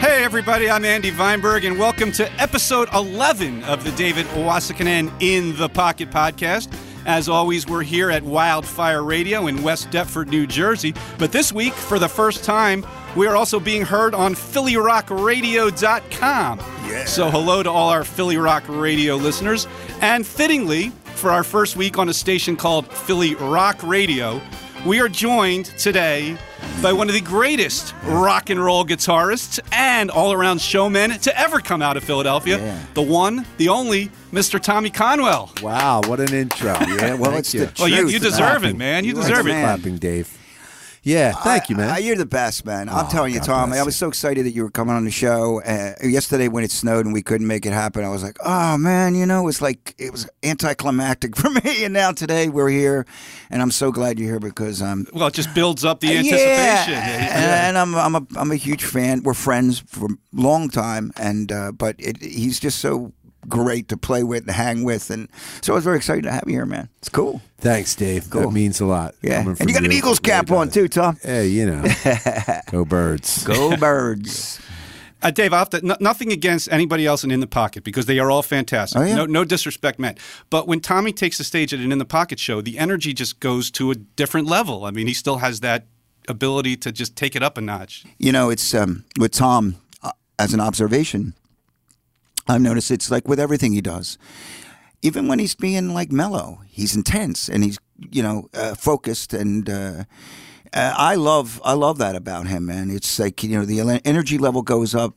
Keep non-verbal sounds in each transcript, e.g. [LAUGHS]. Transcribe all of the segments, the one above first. Hey, everybody, I'm Andy Weinberg, and welcome to episode 11 of the David Owasikanen in the Pocket podcast. As always, we're here at Wildfire Radio in West Deptford, New Jersey. But this week, for the first time, we are also being heard on PhillyRockRadio.com. Yeah. So, hello to all our Philly Rock Radio listeners. And fittingly, for our first week on a station called Philly Rock Radio, we are joined today by one of the greatest rock and roll guitarists and all around showmen to ever come out of Philadelphia. Yeah. The one, the only, Mr. Tommy Conwell. Wow, what an intro. Yeah, [LAUGHS] well, it's the you. truth. Well, you- you deserve Clapping. it, man. You It's deserve it. clapping, Dave. Yeah, thank you, man. I- I- you're the best, man. I'm Oh, telling you, God Tom. bless I was so excited that you were coming on the show. Uh, yesterday, when it snowed and we couldn't make it happen, I was like, "Oh man, you know, it was like it was anticlimactic [LAUGHS] for me." And now today, we're here, and I'm so glad you're here because um, Well, it just builds up the anticipation. yeah, and, and I'm I'm a I'm a huge fan. We're friends for a long time, and uh, but it, he's just so great to play with and hang with, and so I was very excited to have you here, man. It's cool. Thanks, Dave. That Cool. means a lot. Yeah, coming and from you got an It Eagles really cap on does. too, Tom. Hey, [LAUGHS] you know, go birds. Go birds. Uh, Dave, I have to, no, nothing against anybody else in In the Pocket because they are all fantastic. Oh, yeah. No, no disrespect meant. But when Tommy takes the stage at an In the Pocket show, the energy just goes to a different level. I mean, he still has that ability to just take it up a notch. you know, it's um, with Tom uh, as an observation. I've noticed it's like with everything he does. Even when he's being like mellow, he's intense and he's you know uh, focused and uh, uh, I love I love that about him, man. It's like you know the ele- energy level goes up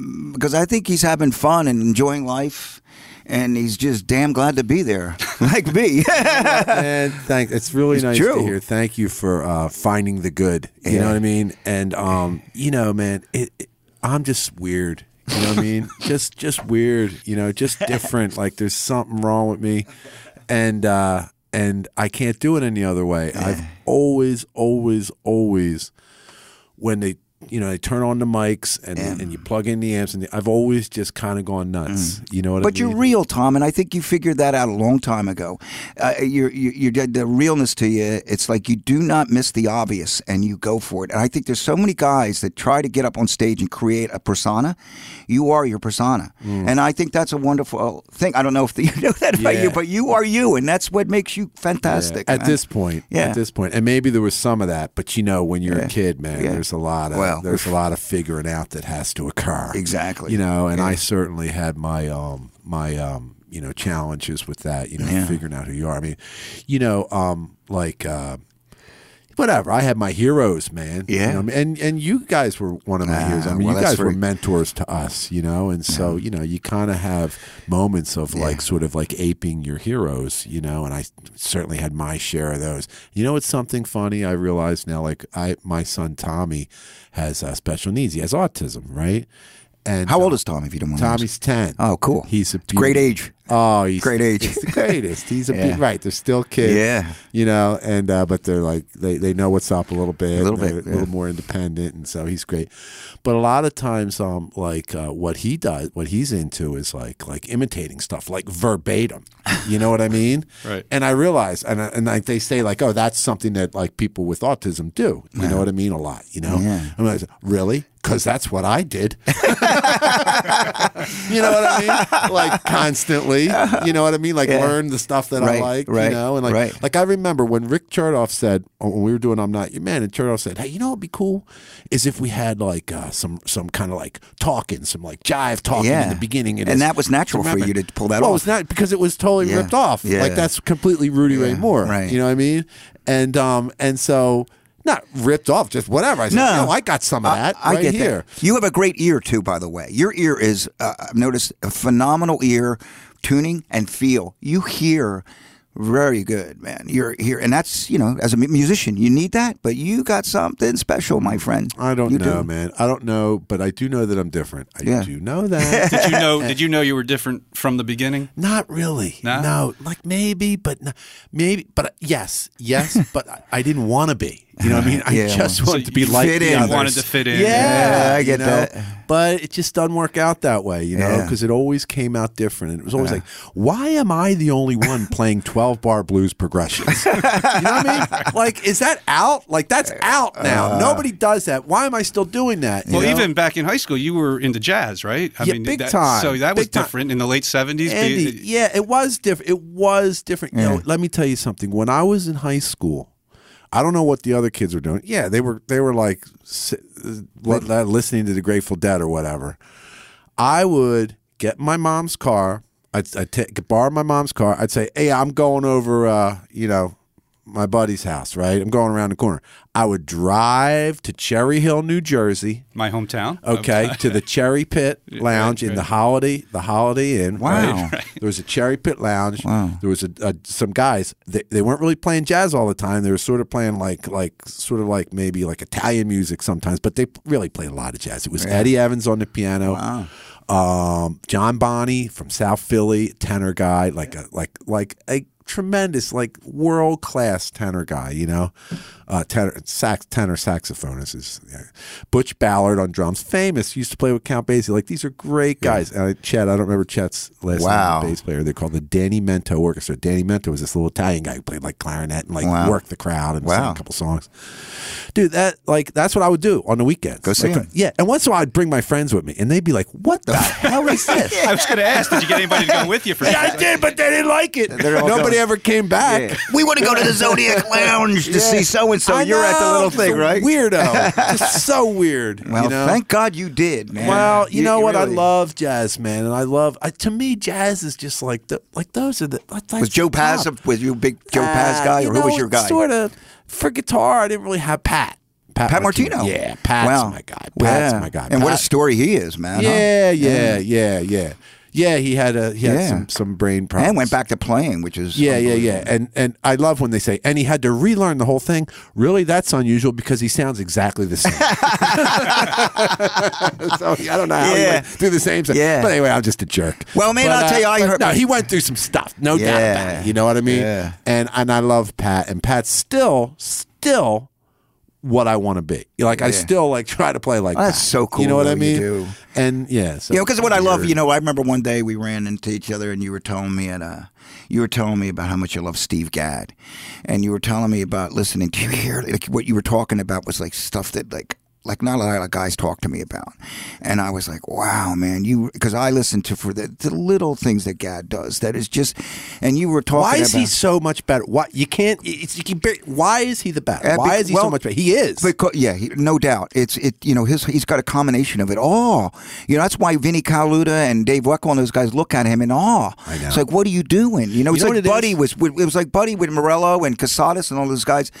mm, because I think he's having fun and enjoying life, and he's just damn glad to be there, [LAUGHS] like me. and thank, it's really nice true. to hear. Thank you for uh, finding the good. You know what I mean? And um, you know, man, it, it- I'm just weird. You know what I mean? just just weird. You know, just different. like there's something wrong with me, and uh, and I can't do it any other way. I've always, always, always when they you know they turn on the mics and and you plug in the amps and the, I've always just kind of gone nuts. You know what But I mean? you're real, Tom, and I think you figured that out a long time ago. Uh, you're, you you did the realness to you. It's like you do not miss the obvious, and you go for it. And I think there's so many guys that try to get up on stage and create a persona. You are your persona, Mm. and I think that's a wonderful uh, thing. I don't know if [LAUGHS] the, you know that about Yeah. you, but you are you, and that's what makes you fantastic. Yeah, At man. this point, Yeah. at this point, and maybe there was some of that, but you know, when you're Yeah. a kid, man, Yeah. there's a lot of Well, there's a lot of figuring out that has to occur. Exactly. You know, and I certainly had my um my um you know challenges with that. You know, Yeah. figuring out who you are. I mean, you know, um like. Uh, Whatever, I had my heroes, man. You Yeah. know, and and you guys were one of my Ah, heroes. I mean, well, you that's guys were very- mentors to us, you know, and so you know you kind of have moments of like sort of like aping your heroes, you know, and I certainly had my share of those. You know, it's something funny I realize now. Like I, my son Tommy has uh, special needs. He has autism, right? And How uh, old is Tom? If you don't mind, me asking? Tommy's ten. Oh, cool. He's a It's great beauty. age. Oh, he's Great age. He's the greatest. He's a Yeah. be- right. They're still kids. Yeah. you know, and uh, but they're like they, they know what's up a little bit, A little and they're bit, a yeah. little more independent, and so he's great. But a lot of times, um, like uh, what he does, what he's into is like like imitating stuff, like verbatim. You know what I mean? Right. And I realize, and I, and like they say, like oh, that's something that like people with autism do. You know what I mean? A lot. You know. Yeah. I'm like, really? Because that's what I did. You know what I [LAUGHS] mean? Like constantly. You know what I mean? Like learn the stuff that I Right, like. right, you know, and like right. like I remember when Rick Chertoff said when we were doing "I'm Not Your Man," and Chertoff said, "Hey, you know what'd be cool is if we had like uh, some some kind of like talking, some like jive talking Yeah. in the beginning." And it's- that was natural for remember- you to pull that well, off. it's not because it was totally Yeah. ripped off. Yeah. Like that's completely Rudy Ray Moore. right. You know what I mean? And um and so. Not ripped off, just whatever. I said, No. no, I got some of that right get that. here. You have a great ear too, by the way. Your ear is, uh, I've noticed, a phenomenal ear tuning and feel. You hear very good, man. You're here, and that's you know, as a mu- musician, you need that, but you got something special, my friend. I don't You know, do. man. I don't know, but I do know that I'm different. I Yeah. do know that. Did [LAUGHS] you know? did you know you were different from the beginning? not really. No? uh, [LAUGHS] No, like maybe, but no, maybe, but yes, yes, but I, I didn't want to be. You know what I mean? I Yeah, just well, wanted so to be you like fit the in. others. Wanted to fit in. Yeah, Yeah, I you get know? that. But it just doesn't work out that way, you know, Yeah. because it always came out different. And it was always like, why am I the only [LAUGHS] one playing 12 bar blues progressions? [LAUGHS] you know what I mean? Like, is that out? Like, that's Uh, out now. Nobody does that. Why am I still doing that? you Well, know? even back in high school, you were into jazz, right? I Yeah, big that, time, So that was big time. different in the late seventies. Andy, yeah, it was different. It was different. You know, let me tell you something. When I was in high school, I don't know what the other kids were doing. Yeah, they were they were like si- uh, li- li- listening to the Grateful Dead or whatever. I would get my mom's car. I'd, I'd ta- borrow my mom's car. I'd say, "Hey, I'm going over, uh, you know, my buddy's house. Right? I'm going around the corner." I would drive to Cherry Hill, New Jersey. my hometown. Okay, to the Cherry [LAUGHS] Pit Lounge in the Holiday, the Holiday Inn. right? Wow. There was a Cherry Pit Lounge. Wow. There was a, a, some guys. They, they weren't really playing jazz all the time. They were sort of playing like like sort of like maybe like Italian music sometimes, but they really played a lot of jazz. It was Eddie Evans on the piano. Um, John Bonney from South Philly, tenor guy, like a like like a tremendous like world class tenor guy, you know, uh, tenor sax tenor saxophonist is yeah. Butch Ballard on drums, famous. Used to play with Count Basie. Like these are great guys. And I, Chet, I don't remember Chet's last Wow. name. Bass player. They're called the Danny Mento Orchestra. Danny Mento was this little Italian guy who played like clarinet and like Wow. worked the crowd and sang Wow. a couple songs. Dude, that like that's what I would do on the weekends. Go see Like, him. Yeah, and once in a while I'd bring my friends with me, and they'd be like, [LAUGHS] "What the hell is this?" I was going to ask, did you get anybody to go with you for [LAUGHS] Yeah, I that? did, but they didn't like it. They're all going- Nobody ever came back. Yeah. [LAUGHS] We want to go to the [LAUGHS] Zodiac Lounge to see so and so. I You're at the know, little just a thing, right? Weirdo, [LAUGHS] just so weird. Well, you know? thank God you did, man. Well, you, know what? really- I love jazz, man, and I love. I, to me, jazz is just like the like those are the. Like, Was Joe Paz? a- Was you a big Joe Ah, Paz guy, or who was your guy? Sort of for guitar. I didn't really have Pat. Pat Martino. Yeah, Pat's wow. my guy. Pat's Yeah. my guy. And what a Pat- story he is, man. huh? Yeah, yeah, yeah, yeah, yeah. He had a he had Yeah. some some brain problems And went back to playing, which is Yeah, yeah, yeah. And and I love when they say, and he had to relearn the whole thing. Really, that's unusual because he sounds [LAUGHS] exactly the same. [LAUGHS] so I don't know how he Yeah. went through the same thing. Yeah. But anyway, I'm just a jerk. Well, man, But, uh, I'll tell you, I but heard- No, he went through some stuff. No Yeah. doubt about it. You know what I mean? Yeah. And and I love Pat. And Pat's still still what I want to be. Like I still like try to play like Oh, that's Pat. so cool, You know what though, I you mean? do. And yeah, so You know, because what I love, Weird. you know, I remember one day we ran into each other, and you were telling me, and uh, you were telling me about how much you love Steve Gadd, and you were telling me about listening. Do you hear like what you were talking about was like stuff that like like not a lot of guys talk to me about, and I was like, wow, man, you because I listen to for the, the little things that Gadd does that is just, and you were talking. Why is about, he so much better? Why you can't? It's, you can bar- why is he the best? Uh, Why bec- is he so well, much better? He is. Because, yeah, he, no doubt. It's it. You know, his he's got a combination of it all. You know, that's why Vinny Caluda and Dave Weckl and those guys look at him in awe. I know. It's like, what are you doing? You know, it's know like what it Buddy is? was. It was like Buddy with Morello and Casadas and all those guys.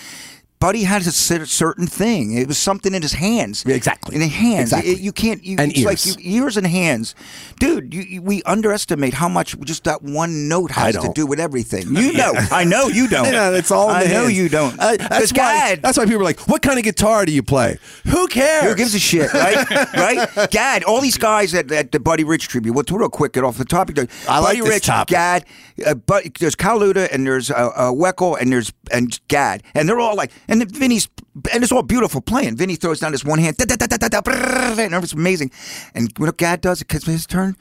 Buddy had a cer- certain thing. It was something in his hands. Yeah, exactly. In the hands. Exactly. It- you can't. You, And it's ears. Like you, ears and hands, dude. You, you, we underestimate how much just that one note has to don't. do with everything. [LAUGHS] You know. I know you don't. No, no, it's all. In I the know hands. you don't. Uh, that's 'Cause why. God- That's why people are like, "What kind of guitar do you play? Who cares? Who gives a shit, right? [LAUGHS] right? Gad, all these guys at, at the Buddy Rich tribute. Well, real quick, get off the topic. There. I like Buddy this Rich, topic. Gad, uh, but there's Kaluda and there's uh, uh, Weckel and there's and Gad, and they're all like, and then Vinny's, and it's all beautiful playing. Vinny throws down his one hand, da, da, da, da, da, da, brrrr, and it's amazing. And you know what Gad does? It gets his turn.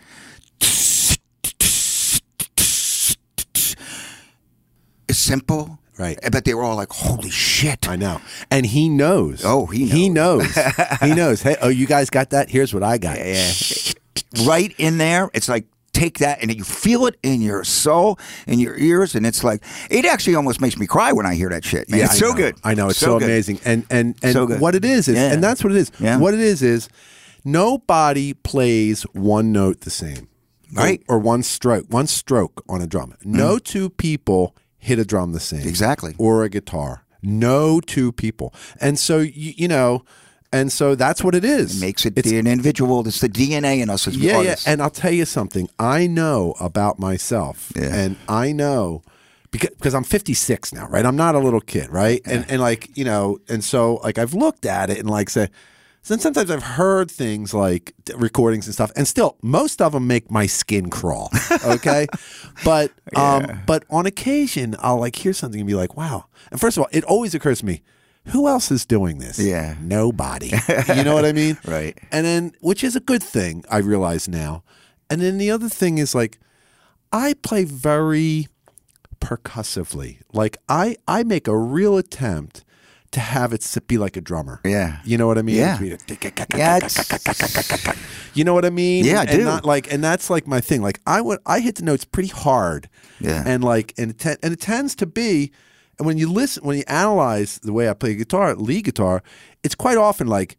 It's simple, Right. But they were all like, "Holy shit!" I know. And he knows. Oh, he He knows. he [LAUGHS] knows. Hey, oh, you guys got that? Here's what I got. yeah. right in there. It's like take that and you feel it in your soul, in your ears, and it's like it actually almost makes me cry when I hear that shit. Man. Yeah, it's I so know. good. I know it's so, good. amazing. And and and So good. what it is is, Yeah. and that's what it is. Yeah. What it is is, nobody plays one note the same, Right. Mm-hmm. Or, or one stroke, one stroke on a drum. No two people hit a drum the same, Exactly. or a guitar. No two people, and so you, you know, and so that's what it is. Makes it the an individual. It's the DNA in us as Yeah, artists. yeah. And I'll tell you something. I know about myself, Yeah. and I know because because I'm 56 now, right? I'm not a little kid, right? And and like you know, and so like I've looked at it and like say. And sometimes I've heard things like d- recordings and stuff, and still most of them make my skin [LAUGHS] crawl. Okay, but um, but on occasion I'll like hear something and be like, "Wow!" And first of all, it always occurs to me, who else is doing this? Yeah. [LAUGHS] Nobody. you know what I mean? Right. And then, which is a good thing, I realize now. And then the other thing is like, I play very percussively. Like, I, I make a real attempt to have it s- be like a drummer. Yeah. You know what I mean? Yeah. Yeah, it's- [LAUGHS] You know what I mean? Yeah, I and do. Not like, and that's like my thing. Like I would, I hit the notes pretty hard. Yeah. And like, and it, te- and it tends to be, and when you listen, when you analyze the way I play guitar, lead guitar, it's quite often like.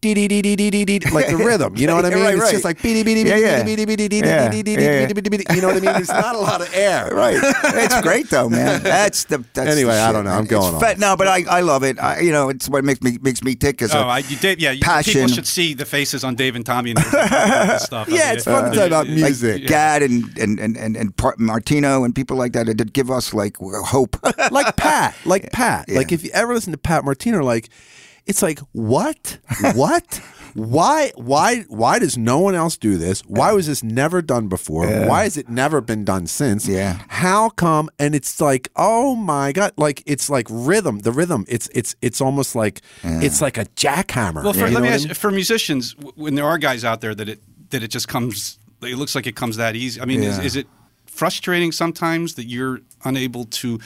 Dee dee dee dee dee dee dee, like the rhythm. You know what I Yeah, mean? right, It's right. just like beady beady Yeah, beady yeah. beady beady beady beady Yeah, beady yeah, yeah. beady beady beady. You know what I mean? There's not a lot of air. Right. It's great though, [LAUGHS] man. That's the that's Anyway, the I shit, don't know. I'm man. It's going on. fat- No, but I, I love it. I, you know, it's what makes me makes me tick. Is Oh, uh, I, you did. Yeah, you, people Passion. should see the faces on Dave and Tommy and this stuff. I [LAUGHS] Yeah, mean, uh, it's fun to it- talk about it- music. like Gad and and and and, and Par- Martino and people like that that did give us like hope. [LAUGHS] like Pat, like Pat. Like if you ever listen to Pat Martino, like it's like what, what, why, why, why does no one else do this? Why was this never done before? Why has it never been done since? Yeah. How come? And it's like, oh my god, like it's like rhythm. The rhythm. It's it's it's almost like it's like a jackhammer. Well, for, you know let me what I ask mean? you, for musicians, w- when there are guys out there that it that it just comes, it looks like it comes that easy. I mean, is, Yeah. is it frustrating sometimes that you're unable to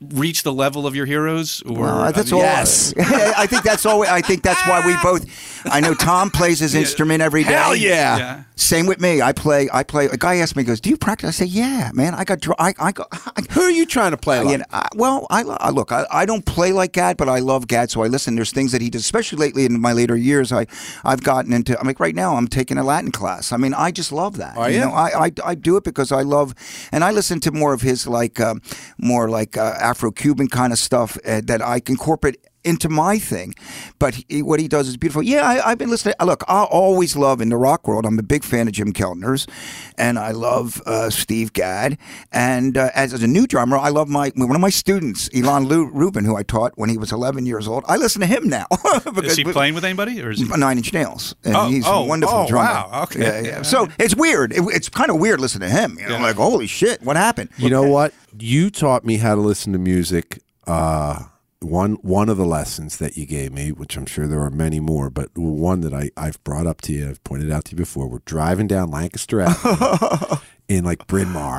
reach the level of your heroes? Or Well, that's all. [LAUGHS] Yes. I think that's all. I think that's why we both. I know Tom plays his instrument every day. Hell yeah. Yeah. Same with me. I play. I play. A guy asked me, he "Goes, do you practice?" I say, "Yeah, man. I got. dr- I, I got. [LAUGHS] I, Who are you trying to play like? you know, I- well, I, lo- I look. I, I don't play like Gad, but I love Gad, so I listen. There's things that he does, especially lately in my later years. I, I've gotten into. I'm like right now. I'm taking a Latin class. I mean, I just love that. Are you? know, I, I, I do it because I love, and I listen to more of his like, um, more like uh, Afro-Cuban kind of stuff uh, that I can incorporate into my thing. But he, what he does is beautiful. Yeah, I, I've been listening. uh, Look, I always love in the rock world. I'm a big fan of Jim Keltner's, and I love uh, Steve Gadd. And uh, as, as a new drummer, I love my one of my students, Elon Lu- Rubin, who I taught when he was 11 years old. I listen to him now. [LAUGHS] Is because he we- playing with anybody, [LAUGHS] or is he? Nine Inch Nails, and Oh, he's oh, a wonderful oh, drummer. wow, okay. Yeah, yeah. So it's weird. It- it's kind of weird listening to him. You know, Yeah. like holy shit, what happened? You know what? You taught me how to listen to music. Uh, one one of the lessons that you gave me, which I'm sure there are many more, but one that I, I've brought up to you, I've pointed out to you before. We're driving down Lancaster Avenue in like Bryn Mawr,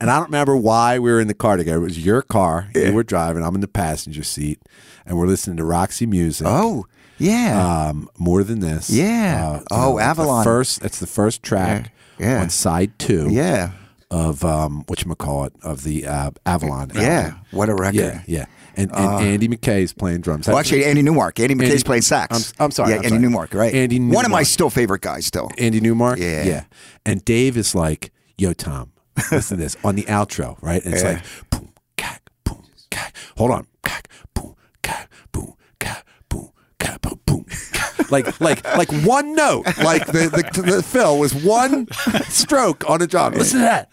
and I don't remember why we were in the car together. It was your car. You were driving. I'm in the passenger seat, and we're listening to Roxy music. Oh, yeah. Um, more than this. Yeah. you Oh, it's the Avalon. first, it's the first track Yeah. Yeah. on side two yeah. of um, what you call it of the uh, Avalon. album. Yeah. What a record. yeah, yeah. And, and Andy McKay is playing drums. Well, actually, Andy Newmark. Andy McKay's Andy- playing sax. I'm- I'm sorry, Yeah, I'm Andy sorry. Newmark, right? Andy One of my Newmark. still favorite guys, still. Andy Newmark. Yeah. yeah. And Dave is like, "Yo, Tom, listen to this on the outro, right?" And it's like, "Boom, cack, boom, cack." Hold on, cack, boom, cack, boom, cack, boom, cack, boom, boom. cack. Like, like, like one note. Like the the, the fill was one stroke on a drum. Listen to that.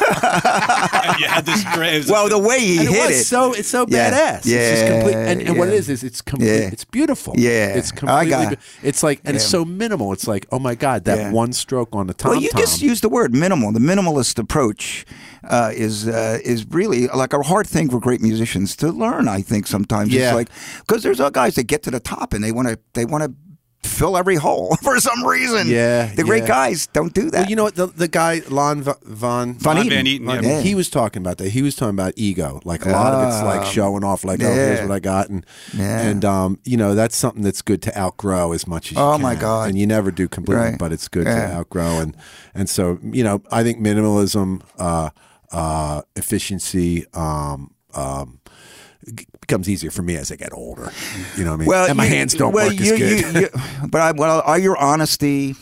you had this great. Well, the way he and hit it was it. so it's so Yeah. badass. it's Yeah, just complete. And, and what it yeah. is is it's complete. Yeah. It's beautiful. Yeah. it's I completely. got- be- it's like and it's so minimal. It's like oh my god, that Yeah. one stroke on the tom well, you just used the word minimal. The minimalist approach uh, is uh, is really like a hard thing for great musicians to learn. I think sometimes Yeah. it's like because there's uh, guys that get to the top and they want to they want to fill every hole [LAUGHS] for some reason. Yeah, the great yeah. guys don't do that. Well, you know what the, the guy Lon Va- Von Von Von Eaton. Van Eaton, yeah. Like, He was talking about that. He was talking about ego. Like a lot of it's like showing off. Like, oh, here's Ah, yeah. what I got, and Yeah. and um, you know that's something that's good to outgrow as much as. you Oh, can. my God. And you never do completely, Right. but it's good to Yeah. outgrow. And and so you know, I think minimalism, uh, uh, efficiency, um, um, g- becomes easier for me as I get older. You know what I mean? and my you- hands don't well, work you- as good. you- you- but I, well, are your honesty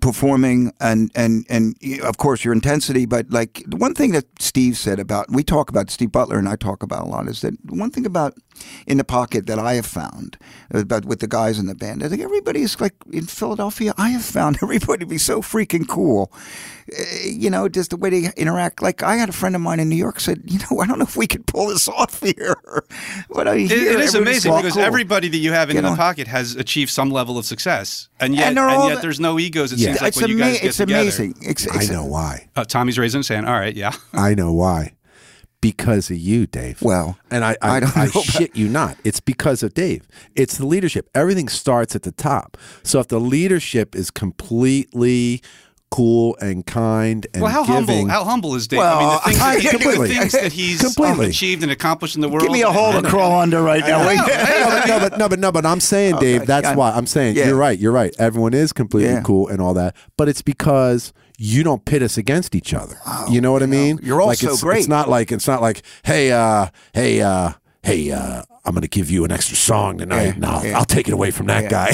performing and and and you- of course your intensity but like the one thing that Steve said about we talk about Steve Butler and I talk about a lot is that one thing about in the pocket that I have found about with the guys in the band I think everybody's like in Philadelphia I have found [LAUGHS] everybody to be so freaking cool Uh, you know just the way they interact like I had a friend of mine in New York said you know I don't know if we could pull this off here [LAUGHS] but I It- hear it is everybody's amazing all because cool. everybody that you have in Get the on. pocket has achieved some level of success, and yet And and, they're all yet the- there's no egos. It seems like it's when you ama- guys get it's together. amazing. It's, [LAUGHS] I it's- know why. Uh, Tommy's raising his hand. All right, yeah. I know why. because of you, Dave. Well, and I, I, I don't I know, but- shit you not. It's because of Dave. It's the leadership. Everything starts at the top. So if the leadership is completely cool and kind [LAUGHS] and Well, how giving, humble? How humble is Dave? Well, I mean, the I- [LAUGHS] things, that, the completely. things that he's um, Completely. achieved and accomplished in the world. Give me a hole to crawl under right [LAUGHS] now. Wait. no, but, no, but no, but no, but I'm saying, Dave. That's I'm- why I'm saying Oh, yeah. you're right. You're right. Everyone is completely Yeah. cool and all that, but it's because you don't pit us against each other. you know what I mean? Oh, You're all like so it's, great. It's not like it's not like hey, uh, hey, uh, hey. Uh, I'm gonna give you an extra song tonight. and I'll, I'll take it away from [LAUGHS] that guy.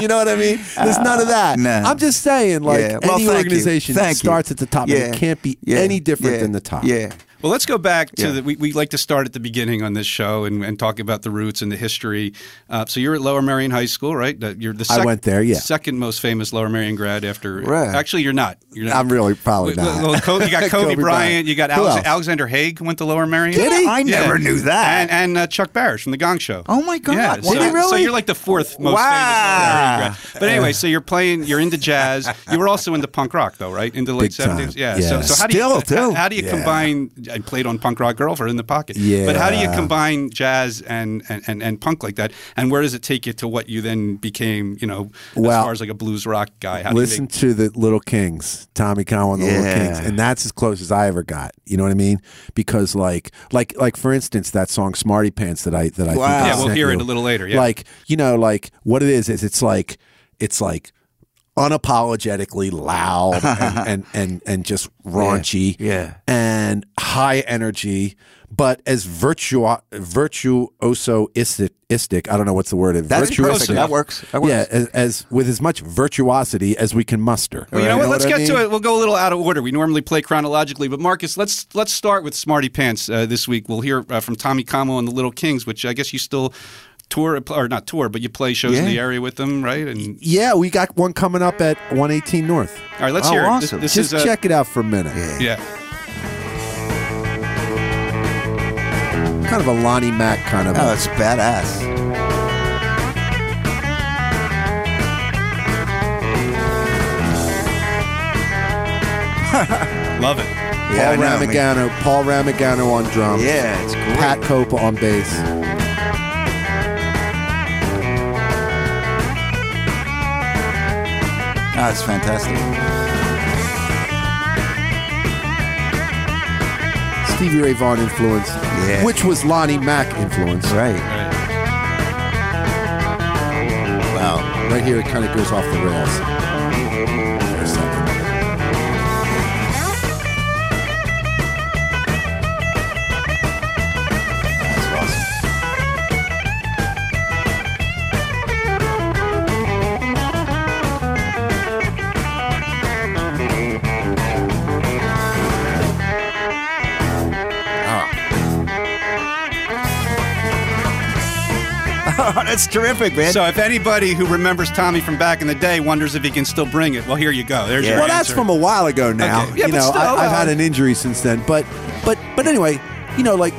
you know what I mean? There's none of that. no. I'm just saying, like Yeah. Well, thank any you. organization Thank you. starts at the top, Yeah. and it can't be Yeah. any different Yeah. than the top. Yeah. Well, let's go back to Yeah. the. We, we like to start at the beginning on this show and, and talk about the roots and the history. Uh, so you're at Lower Marion High School, right? That- You're the I went there, yeah. second most famous Lower Marion grad after. Right. Actually, you're not. You're not. I'm really probably Wait, not. well, Co- you got Kobe, Oh, Kobe Bryant. Bryant. You got Who Alex- else? Alexander Haig went to Lower Marion. Did he? I never knew And, that. and uh, Chuck Barrish from The Gong Show. Oh, my God. Yeah, Did so, he really? So you're like the fourth most Wow. famous. Lower Marion grad. But anyway, so you're playing. You're into jazz. you were also into punk rock, though, right? In the late Big time. seventies. Yeah. So, Yeah. so how Still, do you too. How, how do you Yeah. combine? I played on punk rock girl for in the pocket. But how do you Yeah. combine jazz and, and, and, and punk like that? And where does it take you to what you then became? You know, Well, as far as like a blues rock guy. How do you Listen make- to the Little Kings, Tommy Conwell and the Little Yeah. Kings, and that's as close as I ever got. You know what I mean? Because like, like, like for instance, that song "Smarty Pants" that I that I Wow. think I Yeah, we'll sent hear it you. a little later, yeah. like you know, like what it is is it's like it's like [LAUGHS] unapologetically loud and and and, and just raunchy, Yeah. and high energy. But as virtuo- virtuosoistic, I don't know what's the word. That's perfect. Virtuoso. That works. That works. Yeah, as, as with as much virtuosity as we can muster. Well, you know what? Let's get I to mean? it. We'll go a little out of order. We normally play chronologically, but Marcus, let's let's start with Smarty Pants uh, this week. We'll hear uh, from Tommy Camo and the Little Kings, which I guess you still tour or not tour, but you play shows in Yeah. the area with them, right? And Yeah, we got one coming up at 118 North. all right, let's Oh, hear awesome. it. This, this Just is uh, check it out for a minute. yeah. Kind of a Lonnie Mack kind of. Oh, Uh, it's badass. Love it. Paul Yeah, I know, man. Ramagano. Paul Ramagano on drums. Yeah, it's great. Pat Copa on bass. Oh, it's fantastic. Stevie Ray Vaughan influence, Yeah. which was Lonnie Mack influence. Right. All right. Wow. Right here, it kind of goes off the rails. For a second. That's awesome. Oh, [LAUGHS] that's terrific, man. So if anybody who remembers Tommy from back in the day wonders if he can still bring it, well, here you go. There's Yeah. your Well, that's answer. from a while ago now. Okay. Yeah, you but know, still, I, I've uh, had an injury since then, but but but anyway, you know, like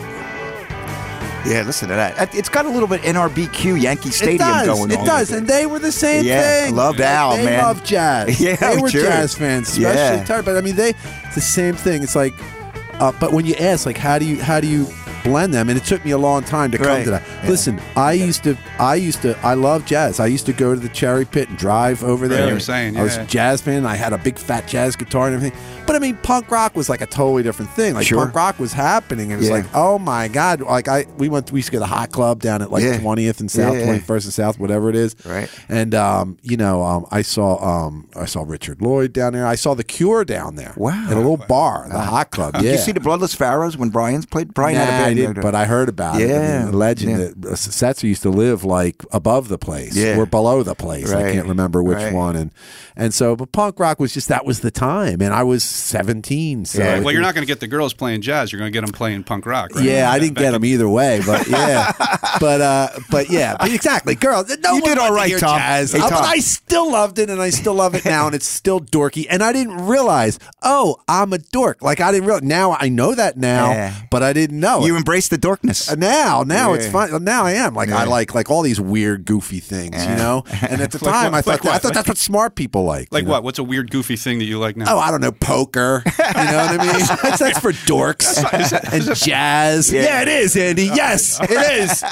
yeah, listen to that. It's got a little bit NRBQ Yankee Stadium it does, going it on. does, and they were the same Yeah, thing. loved Al, they man. loved [LAUGHS] jazz. Yeah, they I'm were sure. jazz fans, especially Yeah. Tar- But I mean, they it's the same thing. It's like, uh, but when you ask, like, how do you how do you blend them? And it took me a long time to come Right. to that. Yeah. Listen, I used to, I used to, I love jazz. I used to go to the Cherry Pit and drive over there. you were And saying, I was yeah. a jazz fan. and I had a big fat jazz guitar and everything. But I mean, punk rock was like a totally different thing. Like Sure. punk rock was happening, and it was Yeah. like, oh my god! Like I, we went, we used to go to the Hot Club down at like Yeah. 20th and South Yeah, yeah. 21st and South, whatever it is. Right. And um, you know, um, I saw um, I saw Richard Lloyd down there. I saw The Cure down there. Wow. At a little bar, the Hot Club. Yeah. Did you see the Bloodless Pharaohs when Brian's played? Brian had a Nah, band. I didn't, but I heard about it. I Yeah. mean, the legend Yeah. that uh, Setzer used to live like above the place Yeah. or below the place. I Right. can't remember which Right. one. And and so, but punk rock was just that was the time, and I was seventeen. So Yeah. Well, you're not going to get the girls playing jazz. You're going to get them playing punk rock. Right? Yeah, I Back [LAUGHS] didn't get them either way, but yeah, but uh, but yeah, but exactly, girl. No You one did all wanted to right, hear Tom. jazz. Hey, Uh, Tom. But I still loved it, and I still love it now, and it's still dorky. And I didn't realize, oh, I'm a dork. Like I didn't realize. Now I know that now, Yeah. but I didn't know. You it. embrace the darkness. Uh, Now, now it's Yeah. fun. uh, Now I am like I like like all these weird, goofy things, [LAUGHS] you know. And at the Like time, what- I thought like that, I what? thought that's what smart people like. Like you know? what? What's a weird, goofy thing that you like now? Oh, I don't know, poker. You know what I mean? [LAUGHS] That's, that's for dorks and jazz. Yeah. it is, Andy. Oh, Yes, [LAUGHS] it is.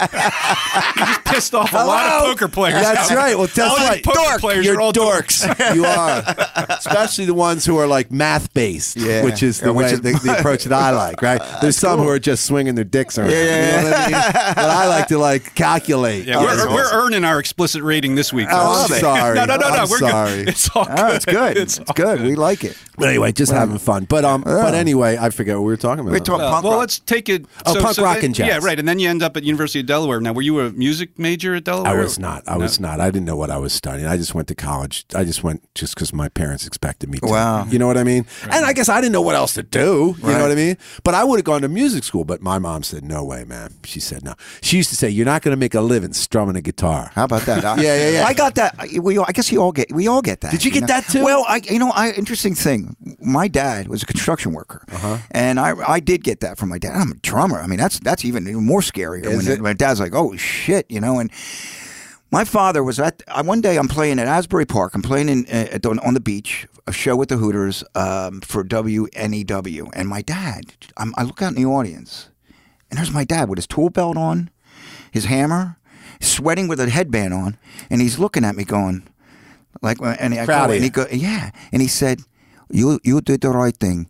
pissed off a lot of Hello? poker players. That's now. right. Well, that's all these right. poker Dork. players You're are all dorks. [LAUGHS] [LAUGHS] you are, especially the ones who are like math based, Yeah. which is the Yeah, which way is- the, [LAUGHS] the approach that I like. Right? There's some who are just swinging their dicks around. You know what [LAUGHS] I mean? But I like to like calculate. Yeah, That's we're, all. we're earning our explicit rating this week. Oh, I'm sorry. [LAUGHS] No, no, no, no. I'm we're sorry. Ah, good. It's all good. Oh, it's [LAUGHS] good. It's, all good. We like it. But anyway, just having fun. But um, oh. but anyway, I forget what we were talking about. We're talking punk Uh, well, rock. let's take it. Oh, punk rock and jazz. Yeah, right. And then you end up at University of Delaware. Now, were you a music major at Delaware? I was not. I was not. I didn't know what I was studying. I just went to college. I just went just because my parents expected me to. Wow. You know what I mean? And I guess I didn't know what else to do. You Right. know what I mean? But I would have gone to music school. But my mom said, no way, man. She said, no. She used to say, you're not going to make a living strumming a guitar. How about that? I- Yeah, yeah, yeah. I got that. I- We, all- I guess you all get. We all get that. Did you get know? that too? Well, I, you know, I interesting thing. My dad was a construction worker, Uh-huh. and I, I did get that from my dad. I'm a drummer. I mean, that's that's even even more scarier. Is when it? My dad's like, oh shit, you know, and. My father was at I, one day. I'm playing at Asbury Park. I'm playing in, uh, at, on, on the beach, a show with the Hooters um, for WNEW. And my dad, I'm, I look out in the audience, and there's my dad with his tool belt on, his hammer, sweating with a headband on, and he's looking at me going, like, uh, and, I Proud go, of and he you. go, yeah, and he said, "You you did the right thing."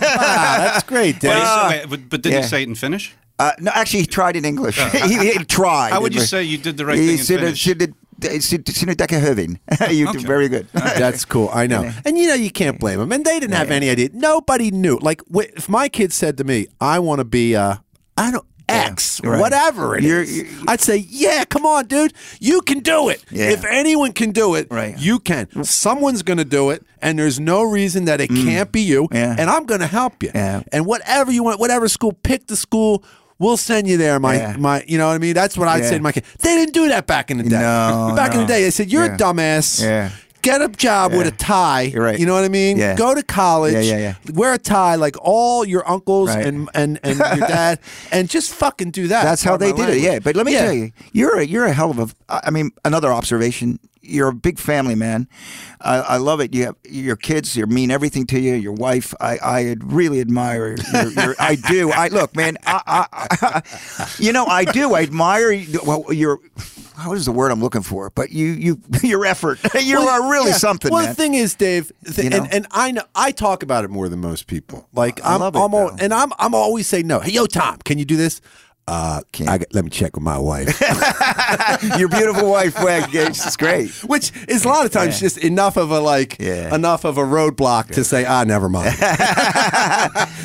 That's great, But, Dave. he said- but, but did Yeah. he say it in Finnish? Uh, no, actually, he tried in English. [LAUGHS] he, he tried. Uh, How would you English. say you did the right he thing in said, Finnish? She did. Sinne Decker Hervin. [LAUGHS] You did very good. Uh, [LAUGHS] That's cool. I know. And you know, you can't blame them. And they didn't have any idea. Nobody knew. Like, wh- if my kid said to me, I want to be, uh, I don't, X, right. whatever it You're- is," you're- I'd say, yeah, come on, dude. You can do it. Yeah. If anyone can do it, Right. you can. Someone's going to do it, and there's no reason that it can't be you, Mm. Yeah. and I'm going to help you. Yeah. And whatever you want, whatever school, pick the school. We'll send you there, my Yeah. my. You know what I mean? That's what I'd Yeah. say to my kid. They didn't do that back in the day. No, back in the no. day, they said you're Yeah. a dumbass. Yeah. Get a job with a tie. You're right. You know what I mean? Yeah. Go to college. Yeah, yeah, yeah. Wear a tie like all your uncles Right. and, and, and [LAUGHS] your dad, and just fucking do that. That's how they did it. Yeah, but let me Yeah. tell you, you're a, you're a hell of a. I I mean, another observation. You're a big family man. I, I love it. You have your kids. You mean everything to you. Your wife. I, I really admire. Your, your, I do. I look, man. I, I, [LAUGHS] I, you know, I do. I admire you- well, your. What is the word I'm looking for? But you, you, [LAUGHS] your effort. You Well, are really yeah. something, Well, man. the thing is, Dave, th- You know? and, and I know I talk about it more than most people. Like I'm, love it, I'm al- though. and I'm I'm always say no. Hey, yo, Tom, can you do this? Uh, I got- let me check with my wife. [LAUGHS] your beautiful wife, Wag. [LAUGHS] It's great. which is a lot of times just enough of a like Yeah. enough of a roadblock to say ah [LAUGHS] never mind [LAUGHS]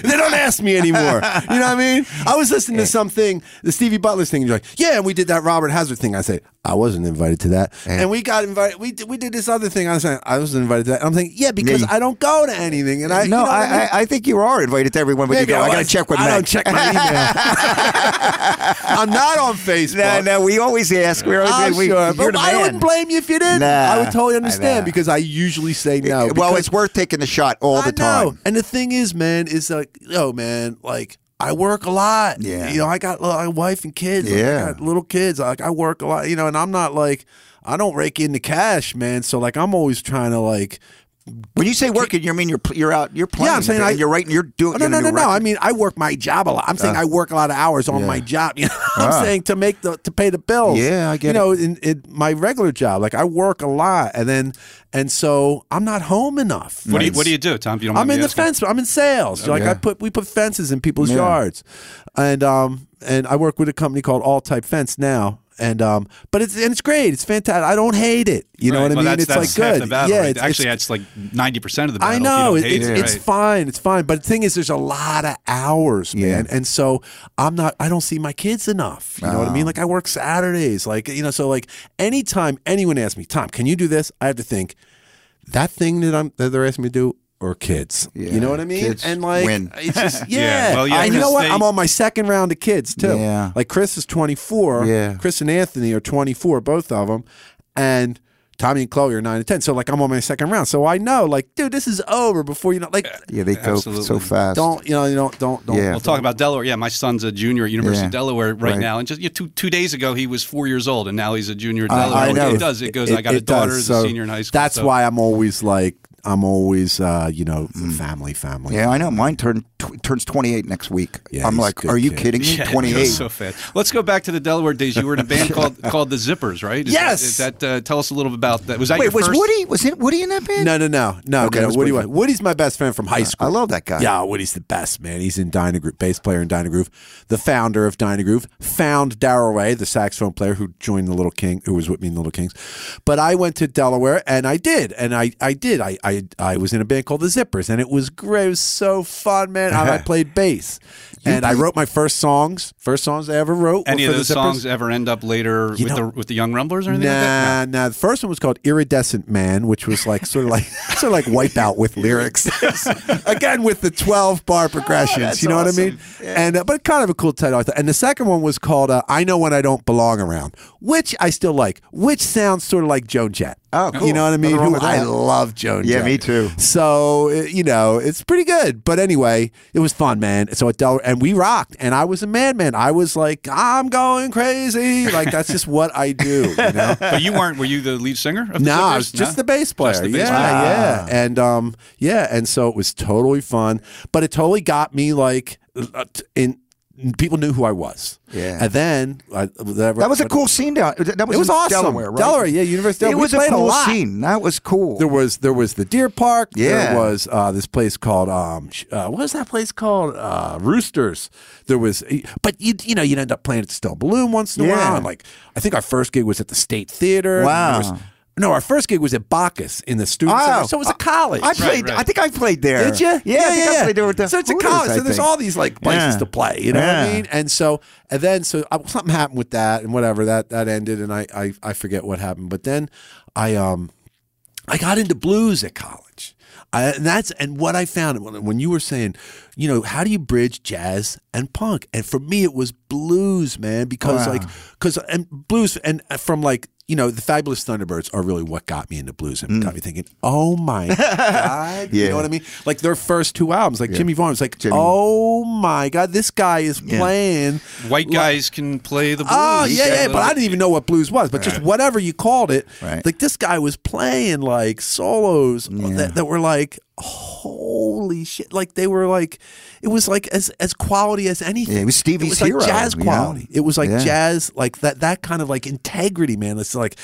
they don't ask me anymore you know what i mean i was listening to something the stevie butler's thing and you're like yeah and we did that robert hazard thing i say i wasn't invited to that and we got invited we did, we did this other thing i was saying i was invited to that and i'm thinking yeah because you- i don't go to anything and i you no, know what I, I mean? I, I think you are invited to everyone. But you Maybe go, I got to was. check with I Meg. don't check my email. [LAUGHS] I'm not on Facebook. [LAUGHS] No, no, we always ask. We're always I'm we, sure, you're but the I man. wouldn't blame you if you did. Nah, I would totally I understand know. because I usually say no. well, because it's worth taking the shot all the I know. time. And the thing is, man, is like, yo, man, like I work a lot. Yeah. you know, I got li- I have a wife and kids. Like, Yeah. I got little kids. Like I work a lot, you know, and I'm not like I don't rake in the cash, man. So like I'm always trying to like. When you say working, you mean you're pl- you're out, you're playing. Yeah, I'm saying and I- you're writing, you're Oh, doing. no, you're no, no, doing no. record. I mean, I work my job a lot. I'm Ah. saying I work a lot of hours on my job. [LAUGHS] You know, I'm saying to make the to pay the bills. Yeah, I get You know, in, in my regular job, like I work a lot, and then and so I'm not home enough. What do, you, Oh, It's- what do you do, Tom? If You don't I'm mind me in the asking. fence. I'm in sales. Like I put, we put fences in people's yards, and um, and I work with a company called All Type Fence now, and um, but it's and it's great. It's fantastic. I don't hate it. You know Right. what I Well, mean? that's, it's that's like half good. The battle, yeah, right? it's, actually, it's- that's like ninety percent of the battle. I if you know don't it, hate it's it, it's right? fine. It's fine. But the thing is, there's a lot of hours, man, and so I'm not. I don't see my kids enough. You know what I mean? Like I work Saturdays. Like you know, so like anytime anyone asks me, Tom, can you do this? I have to think that thing that I'm that they're asking me to do. Or kids, you know what I mean, Kids and like win. it's just yeah. Yeah, well, yeah, and you know 'cause what? they- I'm on my second round of kids too. Yeah. like Chris is 24. Yeah. Chris and Anthony are 24, both of them, and Tommy and Chloe are nine and ten. So like I'm on my second round. So I know like, dude, this is over before you know like Yeah, they go Absolutely. so fast. don't you know you don't don't don't Yeah. We'll talk about Delaware. Yeah, my son's a junior at University Yeah, of Delaware right, right. now, and just yeah, two two days ago he was four years old, and now he's a junior at I- Delaware. I know. It does. It goes. I got a it does. daughter, who's a So senior in high school. That's so- why I'm always like I'm always uh, you know family family. Mm. Yeah, I know. Mine turn, tw- turns 28 next week. Yeah, I'm he's a like, good are you kid. kidding me? [LAUGHS] [LAUGHS] Yeah, it 28. goes so fast. Let's go back to the Delaware days. You were in a [LAUGHS] band called called the Zippers, right? Is Yes! That, is that uh, tell us a little about that? Was that Wait, your was first? Woody? Was it Woody in that band? No, no, no, no. Okay, no. that's Woody, Woody. Wo- Woody's my best friend from high school. I love that guy. Yeah, Woody's the best man. He's in Dyna Group, bass player in Dyna Groove, the founder of Dyna Groove. Found Darraway, the saxophone player who joined the Little King, who was with me in the Little Kings. But I went to Delaware, and I did, and I, I did. I, I, I was in a band called the Zippers, and it was great. It was so fun, man. And I [LAUGHS] played bass, and I wrote my first songs, first songs I ever wrote. Any were of for those the Zippers. songs ever end up later with know- the with the Young Rumblers or anything? like that? Nah, nah. The first one was called Iridescent Man, which was like sort of like [LAUGHS] sort of like Wipeout with lyrics, [LAUGHS] again with the twelve bar progressions. Oh, that's you know awesome. what I mean? And uh, but kind of a cool title. I thought. And the second one was called uh, I Know When I Don't Belong Around, which I still like. Which sounds sort of like Joan Jett. Oh, cool. you know what I Nothing mean? wrong Who with I that. love Joan. Yeah, Jett. me too. So uh, you know, it's pretty good. But anyway, it was fun, man. So at Delaware, and we rocked, and I was a madman. I was like, I'm going crazy. Like that's just what I do. You [LAUGHS] know. But you weren't. Were you the lead singer? Of the No, I Zippers? was just No? the bass player. the bass yeah, Ah. player. yeah, and um, yeah, and so it was totally fun, but it totally got me like uh, t- in. People knew who I was. Yeah. and then I, That was a cool scene down. That was It was in awesome. Delaware, right? Delaware, yeah, University It of Delaware. We was a played a cool lot. scene. That was cool. There was there was the Deer Park. Oh. Yeah. There was uh, this place called um, sh- uh, what was that place called uh, Roosters. There was, but you you know you'd end up playing at Stone Balloon once in a Yeah. while. And like I think our first gig was at the State Theater. Wow. Oh. There was- no, our first gig was at Bacchus in the student center. So it was a college. I played. right. I think I played there. Did you? Yeah, I think I played there with the So it's a Hooters, college. I So there's think. all these like places Yeah. to play. You know what Yeah. I mean? And so and then so I, something happened with that and whatever that that ended and I I, I forget what happened. But then I um I got into blues at college. I, and that's and what I found when, when you were saying, you know, how do you bridge jazz and punk? And for me, it was blues, man, because Wow. like because and blues and from like you know the Fabulous Thunderbirds are really what got me into blues and got me thinking, oh [LAUGHS] my god, you Mm. Yeah. know what I mean? Like their first two albums, like Jimmy Vaughn's, like Jimmy. oh my god, this guy is playing White guys can play the blues. Oh yeah, yeah, but I didn't didn't. even know what blues was. But just whatever you called it, Right. like this guy was playing like solos that, that were like, holy shit! Like they were like, it was like as as quality as anything. Yeah, it was Stevie's it was like hero, jazz you know? quality. It was like Yeah. jazz, like that that kind of like integrity, man. It's like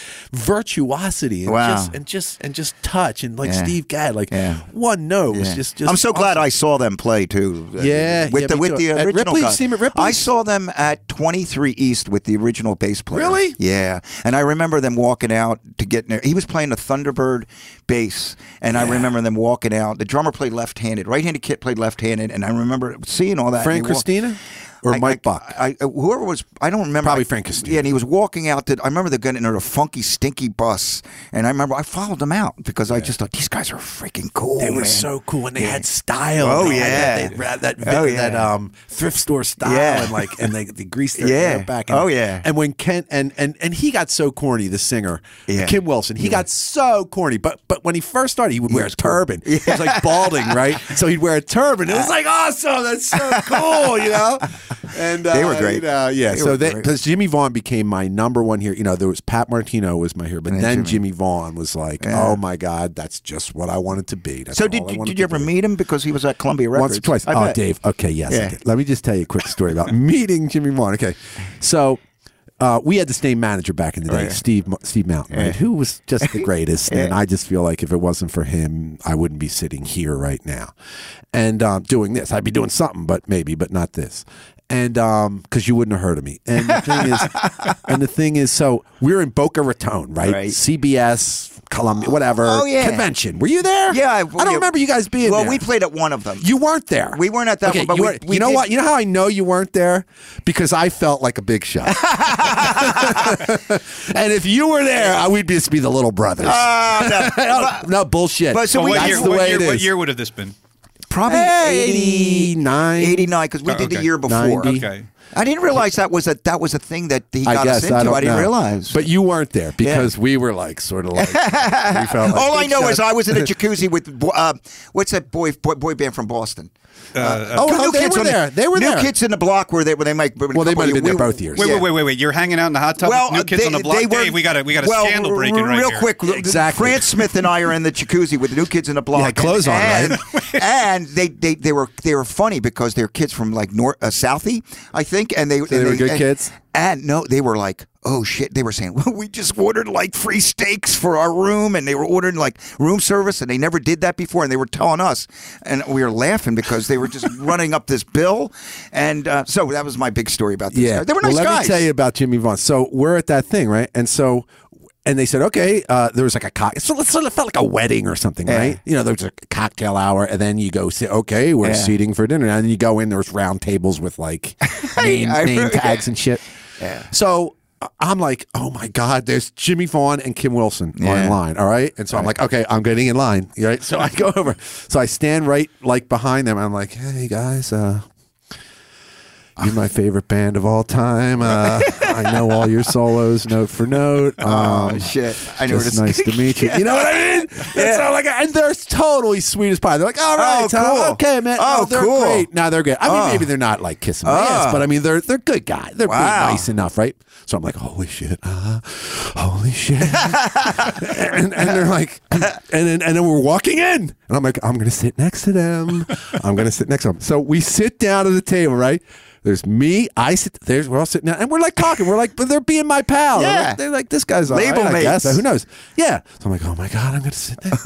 virtuosity and Wow. just and just and just touch and like Yeah. Steve Gadd, like Yeah. one note was Yeah. just just. I'm so glad I saw them play too. uh, Yeah, with yeah, the me with too. the At original. Ripley's, guy. seen 'em at Ripley's? I saw them at 23 East with the original bass player. Really? Yeah, and I remember them walking out to get in there. He was playing a Thunderbird bass, and I remember them walking out. The drummer played left-handed, right-handed kit played left-handed, and I remember seeing all that. Frank and he walked- Christina or I- Mike I- Buck. I, I- whoever was, I don't remember. Probably Frank Castillo. Yeah, and he was walking out. To, I remember they got in a funky, stinky bus, and I remember I followed them out because I just thought these guys are freaking cool. They were Oh, man." so cool, and they had style. Oh, They had yeah. that, they had that, Oh, that, that, yeah. um, thrift store style, Yeah. and like, and they, they greased their Yeah. hair back. And, Oh, yeah. And when Kent and and and he got so corny, the singer, Yeah. Kim Wilson, he got so corny. But but when he first started, he would wear a turban. He was like balding, [LAUGHS] right? So he'd wear a turban. It was like awesome. That's so cool, you know. And uh, They were great. you know, yeah. They were so great. because Jimmy Vaughn became my number one here. You know, there was Pat Martino was my hero, but then Jimmy. Vaughn was like, oh my god, that's just what I wanted to be. That's So all did I you, wanted did you to ever do. meet him because he was at Columbia Records? Once or twice. I oh, bet. Dave. Okay, yes. I Yeah. did. Let me just tell you a quick story [LAUGHS] about meeting Jimmy Vaughn. Okay, so. Uh, we had the same manager back in the day, Oh, yeah. Steve Steve Mountain, right? Who was [LAUGHS] just the greatest, and I just feel like if it wasn't for him, I wouldn't be sitting here right now, and um, doing this. I'd be doing something, but maybe, but not this, and because you wouldn't have heard of me. And the thing [LAUGHS] is, and the thing is, so we're in Boca Raton, right? Right. CBS, Columbia, whatever Oh, yeah. convention. Were you there? Yeah, I, don't remember you guys being Well, there. we played at one of them. You weren't there. We weren't at that okay, one, but you, we- were- we you know did- what? You know how I know you weren't there because I felt like a [LAUGHS] big shot. and if you were there, I, we'd just be the little brothers. Ah, no. [LAUGHS] no bullshit. But so we- what That's year, the what way year, it is. What year would have this been? probably Hey, 89, 89. 89 because we Oh, did the okay. year before. 90. Okay. I didn't realize that was a that was a thing that he got I guess us into. I I, don't didn't know. realize. But you weren't there because we were like sort of like we [LAUGHS] felt like all I big know is shots. I was [LAUGHS] in a jacuzzi with bo- uh, what's that boy, boy boy band from Boston? Uh, Oh, New hell, they Kids were on the- there. They were new there. kids in the block where they where they might. Well, they might have been there both years. Wait, yeah. wait, wait, wait, wait! You're hanging out in the hot tub Well, with new kids they, on the block. they were, Dave, we got a we got a well, scandal breaking r- right real here. quick. l- Exactly. Fran Smith and I are in the jacuzzi with the new kids in the block. had clothes on, and, [LAUGHS] right? and they, they they were they were funny because they're kids from like North uh, Southie, I think, and they they and were good and- kids? And no, they were like, oh shit! They were saying, [LAUGHS] well, we just ordered like free steaks for our room, and they were ordering like room service, and they never did that before, and they were telling us, and we were laughing because they [LAUGHS] were just running up this bill, and uh, so that was my big story about this. Yeah, they were Well, nice let guys. me tell you about Jimmy Vaughn. So we're at that thing, right? And so, and they said, okay, uh, there was like a cock. So it sort of felt like a wedding or something, Yeah. right? You know, there was a cocktail hour, and then you go sit. Okay, we're Yeah. seating for dinner, and then you go in. There's round tables [LAUGHS] with like name, I name remember- tags and shit. Yeah. So. I- I'm like, oh my God, there's Jimmy Vaughn and Kim Wilson Yeah. online. All right. And so I'm like, okay, I'm getting in line. Right. So I go over. So I stand right like behind them. I'm like, hey guys, uh, you're my favorite band of all time. Uh, I know all your solos note for note. [LAUGHS] Um, Oh shit! I know where just this nice to meet you. You know what [LAUGHS] I mean? It's all like, and they're totally sweet as pie. They're like, all right, Oh, Tom, cool. okay, man. Oh, they're cool. great. Now they're good. I mean, Oh. maybe they're not like kissing my Oh. ass, but I mean, they're they're good guys. They're being Wow. nice enough, right? So I'm like, holy shit, uh, [LAUGHS] holy shit, and, and they're like, and then and then we're walking in, and I'm like, I'm gonna sit next to them. I'm gonna sit next to them. So we sit down at the table, right? There's me, I sit. There's we're all sitting down, and we're like talking. We're like, but they're being my pal. They're Yeah. like- they're like, this guy's all Label right, I guess. mates. Who knows? Yeah. So I'm like, oh my god, I'm gonna sit [LAUGHS] down.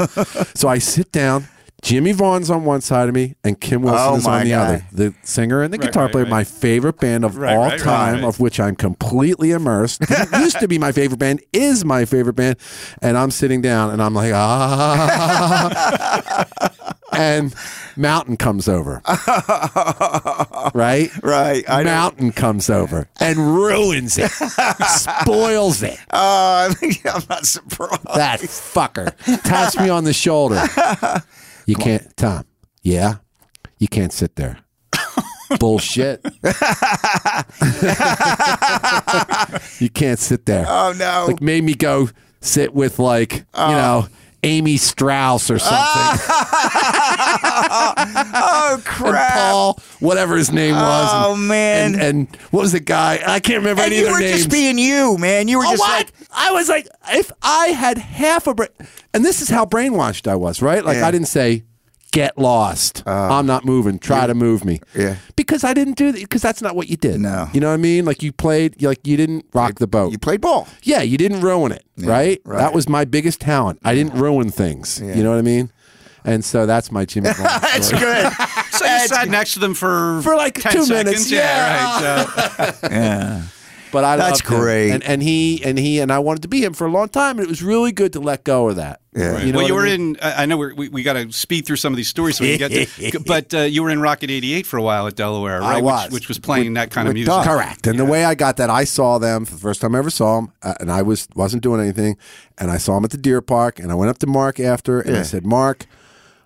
so I sit down. Jimmy Vaughn's on one side of me, and Kim Wilson Oh is my on the God. other. The singer and the guitar right, player, right. my favorite band of Right, all right, right, time, right. of which I'm completely immersed. [LAUGHS] It used to be my favorite band, is my favorite band, and I'm sitting down, and I'm like, ah. [LAUGHS] and Mountain comes over, right? [LAUGHS] Right. I know. Mountain comes over and ruins [LAUGHS] it, spoils it. Uh, [LAUGHS] I'm not surprised. That fucker taps me on the shoulder. You can't, Tom. Yeah, you can't sit there. Bullshit. you can't sit there. oh no. Like made me go sit with like you know Amy Strauss [LAUGHS] or something, oh and crap. Paul, whatever his name was. and- Oh, man. And, and what was the guy? I can't remember and any you of were their names. just being you, man. You were Oh, just what? like I was like, if I had half a brain, and this is how brainwashed I was, right? Like Yeah. Oh. I didn't say, "Get lost." I'm not moving. Try to move me. Yeah. because I didn't do that. Because that's not what you did. No. you know what I mean. Like you played, like Oh, you didn't rock the boat. you played ball. yeah, you didn't ruin it. right? right. That was my biggest talent. I didn't ruin things. You know what I mean? And so that's [LAUGHS] my Jimmy. Vaughn That's story. good. So you sat next to them for For like 10 two seconds. minutes, Yeah, right. Uh, [LAUGHS] yeah. But I That's loved him. great. And, and he and he and I wanted to be him for a long time, and it was really good to let go of that. Yeah. Right. [LAUGHS] You know well, what you I were mean? in. I I know we're, we we got to speed through some of these stories so we can get [LAUGHS] to. But uh, you were in Rocket '88 for a while at Delaware, right? I Which, was. which was playing that kind of music. Duh. Correct. And the way I got that, I saw them for the first time I ever saw them, uh, and I was wasn't doing anything, and I saw them at the deer park, and I went up to Mark after, and I said, Mark,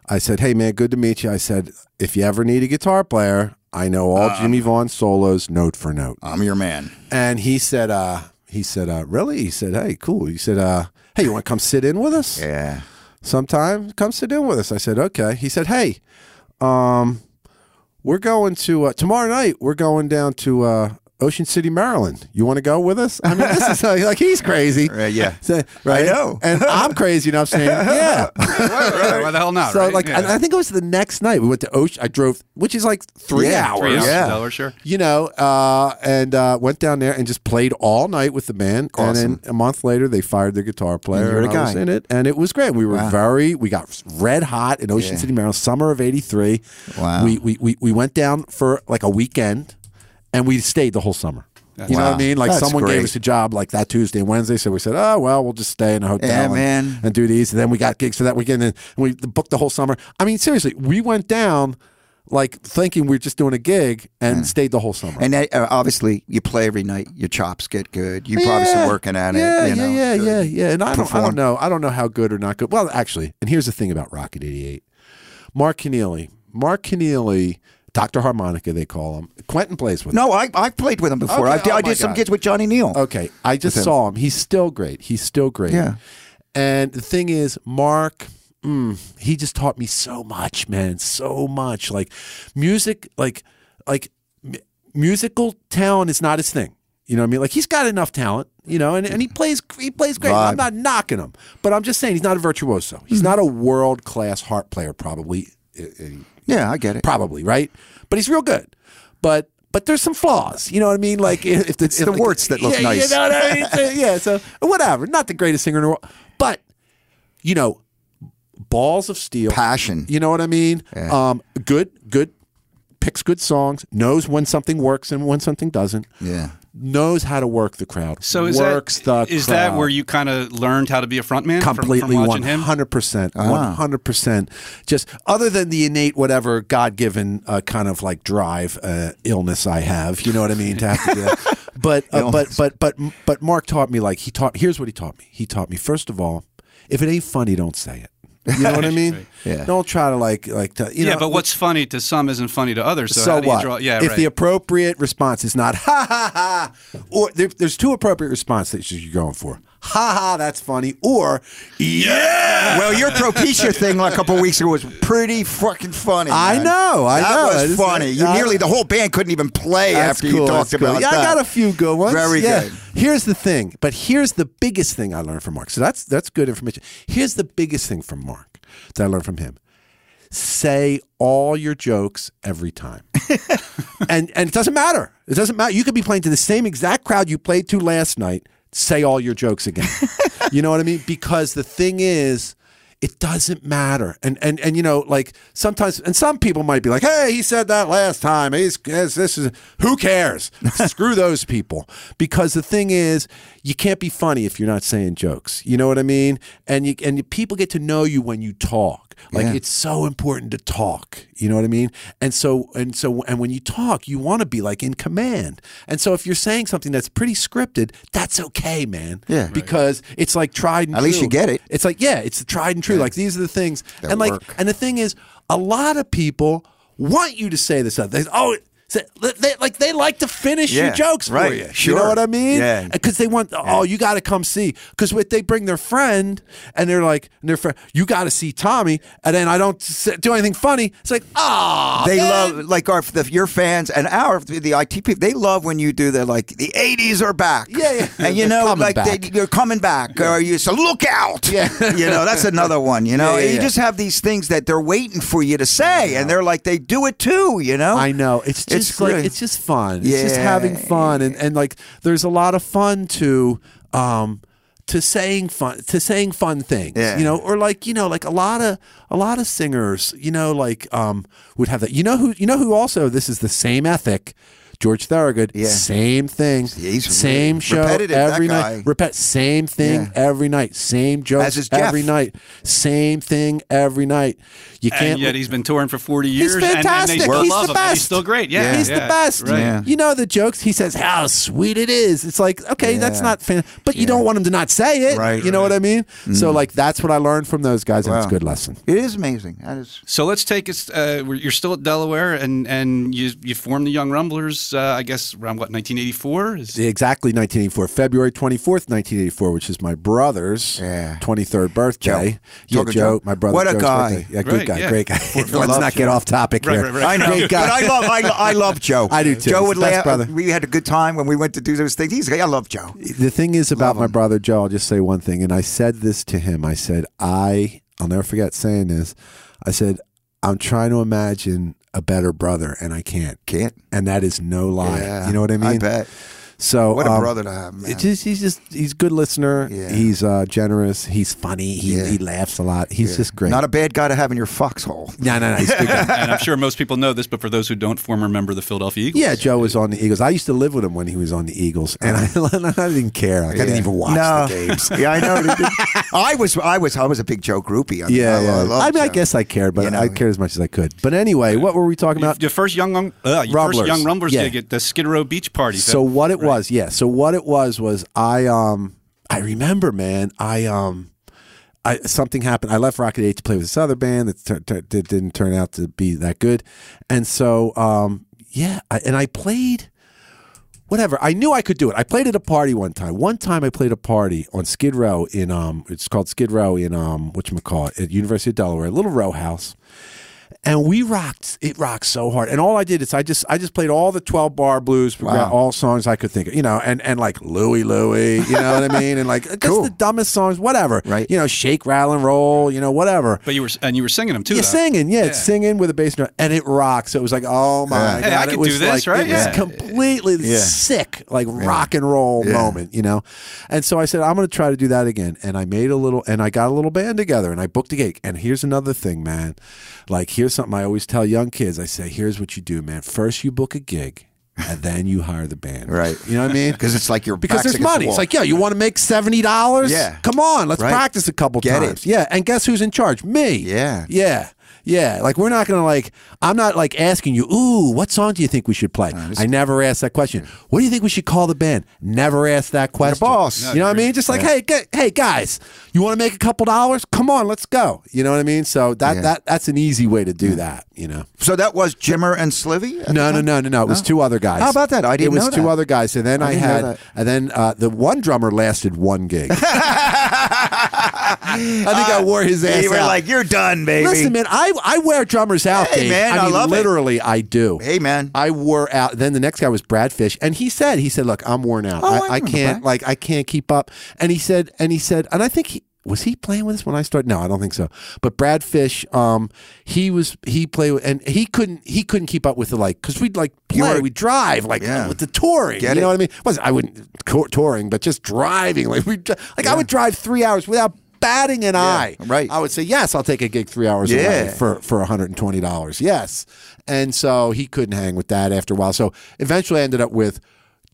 I said, hey man, good to meet you. I said, if you ever need a guitar player, I know all Jimmy Vaughn solos note for note. I'm your man. And he said, uh, he said, uh, really? He said, hey, cool. He said, uh, hey, you want to come sit in with us? Yeah. sometime come sit in with us i said okay he said hey um we're going to uh, tomorrow night we're going down to uh ocean city maryland you want to go with us i mean this is like, like he's crazy Right, Uh, [LAUGHS] yeah. So- right know. and i'm crazy and i'm saying yeah Right, Why the hell not? so right? like Yeah. and i think it was the next night we went to ocean i drove which is like three Yeah, hours Three ounces Yeah. of Delaware, sure. you know, uh, and uh, went down there and just played all night with the band. And then a month later, they fired their guitar player. you're the and I was guy. in it, and it was great. We were very, we got red hot in Ocean City, Maryland, summer of '83. Wow. We, we we we went down for like a weekend, and we stayed the whole summer. you know what Wow. I mean? Like That's someone great. gave us a job like that Tuesday and Wednesday, so we said, "Oh well, we'll just stay in a hotel Yeah, and, man. and do these." And then we got gigs for that weekend, and we booked the whole summer. I mean, seriously, we went down like thinking we were just doing a gig and stayed the whole summer. Mm. And that, uh, obviously, you play every night. Your chops get good. You probably some working at it. Yeah, you know, yeah, yeah, yeah, yeah. And I don't, I perform. don't know. I don't know how good or not good. Well, actually, and here's the thing about Rocket 88. Mark Keneally, Mark Keneally, Dr. Harmonica, they call him. Quentin plays with him. No, I I played with him before. Okay, I did, oh I my did some God. Uh, gigs with Johnny Neal. Okay, I just him. saw him. He's still great. He's still great. Yeah. And the thing is, Mark, mm, he just taught me so much, man, so much. Like music, like like m- musical talent is not his thing. You know what I mean? Like he's got enough talent, you know, and, and he plays he plays great. I'm Vibe. not knocking him, but I'm just saying he's not a virtuoso. Mm-hmm. He's not a world class harp player, probably. I- I- Yeah, I get it. probably right, but he's real good. But but there's some flaws. You know what I mean? Like if, if the warts that look yeah, nice. You know what I mean? [LAUGHS] So, yeah. So whatever. Not the greatest singer in the world, but you know, balls of steel. Passion. You know what I mean? Um, good. Good. Picks good songs. Knows when something works and when something doesn't. Yeah. Knows how to work the crowd. So is works that the is crowd that where you kind of learned how to be a frontman from- from, completely one watching him? hundred percent, one hundred percent. Just other than the innate whatever God given uh, kind of like drive uh, illness I have, you know what I mean to have to [LAUGHS] do that. But uh, but but but but Mark taught me like he taught. Here's what he taught me. He taught me first of all, if it ain't funny, don't say it. [LAUGHS] You know what I mean? Yeah. Don't try to like like to, you Yeah, know. but what's funny to some isn't funny to others. So, So how do you what? draw? Yeah, if right. the appropriate response is not [LAUGHS] ha ha ha, or there, there's two appropriate responses that you're going for. Ha ha, that's funny. Or yeah, Well, your Propecia thing like a couple weeks ago was pretty fucking funny. I man. know, I that know. I That was just- funny. You I- nearly the whole band couldn't even play That's after cool, you that's talked cool. about yeah, that. I got a few good ones. Very Yeah. good. Here's the thing, but here's the biggest thing I learned from Mark. So that's that's good information. Here's the biggest thing from Mark that I learned from him. Say all your jokes every time. and and it doesn't matter. It doesn't matter. You could be playing to the same exact crowd you played to last night. Say all your jokes again. you know what I mean? Because the thing is, it doesn't matter. And and and you know, like sometimes, and some people might be like, "Hey, he said that last time. He's this this is who cares? Screw those people." Because the thing is, you can't be funny if you're not saying jokes. You know what I mean? And you and people get to know you when you talk. Like Yeah. it's so important to talk. You know what I mean? And so and so and when you talk, you want to be like in command. And so if you're saying something that's pretty scripted, that's okay, man. Yeah. Right. Because it's like tried and At true. least you get it. It's like yeah, it's tried and true. Like these are the things. and like work. and the thing is, a lot of people want you to say this stuff. They oh. say- They, like they like to finish your Yeah, jokes for right, you. You sure. know what I mean? Yeah. because they want oh you got to come see because if they bring their friend and they're like and their friend you got to see Tommy and then I don't s- do anything funny it's like ah They man. love like our the, your fans and our the, the IT people. They love when you do the like the '80s are back. Yeah, yeah. And you They're know, coming like they, back. you're coming back, or you so look out. Yeah. you know that's another one. You know, Yeah, yeah, you yeah. just have these things that they're waiting for you to say, and they're like they do it too. You know, I know it's just It's like really- it's just fun it's just Yeah. having fun and and like there's a lot of fun to um to saying fun to saying fun things Yeah. you know or like you know like a lot of a lot of singers you know like um would have that you know who you know who also this is the same ethic George Thorogood, Yeah. same thing, he's same really show repetitive, that every guy. night. Repet same thing every night, same jokes As is Jeff. every night, same thing every night. You can't and yet he's been touring for 40 years. He's and- fantastic. And, they still he's love the him, and best. He's still great. Yeah, he's yeah, the best. Right. Yeah. You know the jokes. He says how sweet it is. It's like okay, that's not fan, but you don't want him to not say it. Right. Mm-hmm. You know what I mean? So like that's what I learned from those guys, and it's Wow. a good lesson. it is amazing. That is So let's take us. Uh, we're- you're still at Delaware, and and you you formed the Young Rumblers. Uh, I guess around what 1984 is. Exactly, 1984, February 24th, 1984, which is my brother's Yeah. 23rd birthday. Joe. Yeah, Talking Joe, Joe. my brother. What a Joe's guy. birthday. Yeah, good Right, guy, yeah. great guy. [LAUGHS] Let's not get off topic Right, here. right, right. [LAUGHS] I know, Great but guy. I love I, I love Joe. I do, too. Joe He's would the best laugh. brother. We had a good time when we went to do those things. He's like, I love Joe. the thing is about my brother Joe, I'll just say one thing. And I said this to him. I said, I, I'll never forget saying this. I said, I'm trying to imagine a better brother and I can't. Can't. And that is no lie. Yeah. you know what I mean? I bet. So What a um, brother to have, man. It's just, he's just he's a good listener. Yeah. He's uh, generous. He's funny. He, Yeah. he laughs a lot. He's just great. Not a bad guy to have in your foxhole. [LAUGHS] no, no, no. He's a good [LAUGHS] guy. [LAUGHS] and I'm sure most people know this, but for those who don't, former member of the Philadelphia Eagles. Yeah, Joe was on the Eagles. I used to live with him when he was on the Eagles, and I, I [LAUGHS] didn't care. Like I Uh-huh. didn't Yeah. even watch No. the games. [LAUGHS] yeah, I [LAUGHS] know. I was, I was, I was a big Joe groupie. I mean, Yeah, I, yeah. I, I, love mean, I Joe. guess I cared, but You know, I cared as much as I could. But anyway, what were we talking about? Your first young Rum- uh, your Rumblers. first young Rumblers Yeah. gig at the Skid Row Beach Party. So what it was, yeah. So what it was was I um I remember, man. I um I, something happened. I left Rocket Eight to play with this other band that tur- tur- that didn't turn out to be that good, and so um, yeah, I, and I played whatever. I knew I could do it. I played at a party one time. One time I played a party on Skid Row in um, it's called Skid Row in um, what you call it at University of Delaware, a little row house. And we rocked. It rocked so hard. And all I did is I just I just played all the twelve bar blues, all songs I could think of, you know, and and like Louie Louie, you know what I mean, and like [LAUGHS] just Cool. the dumbest songs, whatever, Right. You know, shake, rattle, and roll, you know, whatever. But you were and you were singing them too. Yeah, though. singing, yeah, it's singing with a bass drum, and it rocks. So it was like, oh my Yeah. god, Hey, I it could was do this, like, right? It was Yeah. completely Yeah. sick, like rock and roll moment, you know. And so I said, I'm going to try to do that again. And I made a little, and I got a little band together, and I booked a gig. And here's another thing, man. Like here's something I always tell young kids. I say, here's what you do, man. First, you book a gig, and then you hire the band. Right. You know what [LAUGHS] I mean? because it's like your because back's there's against the money. wall. It's like, yeah, you want to make seventy dollars? Yeah. Come on, let's Right. practice a couple Get it. times. Yeah, and guess who's in charge? Me. Yeah. Yeah. Yeah. Like we're not gonna like I'm not like asking you, ooh, what song do you think we should play? I never ask that question. What do you think we should call the band? Never ask that question. boss. No, you know what I mean? Just like, hey, gu- hey guys, you want to make a couple dollars? Come on, let's go. You know what I mean? So that Yeah. that that's an easy way to do that. You know. so that was Jimmer and Slivy. at the No, no, time? no, no, no. It was two other guys. How about that? I didn't It was know two that. other guys, and then I, didn't know had, that. and then uh, the one drummer lasted [LAUGHS] one gig. I think I wore his ass Uh, You were out. like, you're done, baby. Listen, man, I, I wear drummers out, Hey, Dave. man, I mean, love it. literally, I do. hey, man. I wore out. Then the next guy was Brad Fish, and he said, he said, look, I'm worn out. Oh, I I, I remember can't, Brad. like, I can't keep up. And he said, and he said, and I think he. Was he playing with us when I started? No, I don't think so. But Brad Fish, um, he was he played with, and he couldn't he couldn't keep up with the like because we'd like You play were- we drive like Yeah. with the touring. Get you know it. what I mean? Was I wouldn't co- touring, but just driving like we like I would drive three hours without batting an eye. right. I would say yes, I'll take a gig three hours Yeah. away for for one hundred and twenty dollars. Yes, and so he couldn't hang with that after a while. So eventually, I ended up with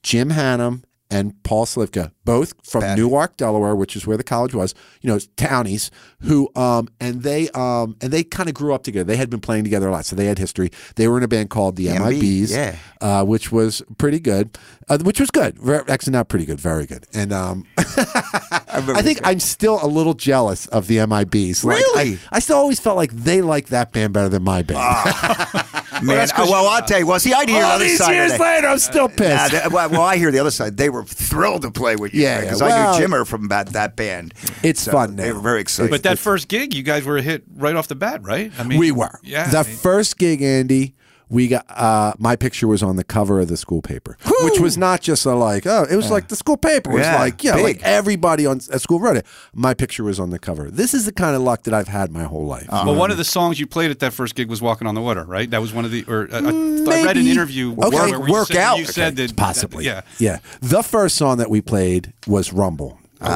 Jim Hannum and Paul Slivka, both from Bad. Newark, Delaware, which is where the college was. You know, townies who um and they um and they kind of grew up together. They had been playing together a lot, so they had history. They were in a band called the MIBs, MIBs, yeah. uh, which was pretty good, uh, which was good. Ver- Actually, not pretty good, very good. And um, I think I'm still a little jealous of the MIBs. Like, Really? I, I still always felt like they liked that band better than my band. [LAUGHS] man. uh, well, I'll tell you. Well, see, I hear the All other these side. of years that. later, I'm still pissed. Uh, they- well, well, I hear the other side. They were thrilled to play with you Yeah, because yeah. Well- I knew Jimmer from that, that band. It's So fun They now. were very excited. But that first gig, you guys were a hit right off the bat, right? I mean, we were. Yeah. The I mean, first gig, Andy, we got uh, my picture was on the cover of the school paper, which was not just a like oh, it was like the school paper. It was Yeah, like yeah, big. like everybody on at school wrote it. My picture was on the cover. This is the kind of luck that I've had my whole life. well, one of the songs you played at that first gig was "Walking on the Water," right? That was one of the. Or uh, I- I read an Mm, Maybe. interview. Okay. where you Work said, out. You said that possibly. that- yeah. The first song that we played was Rumble. wow,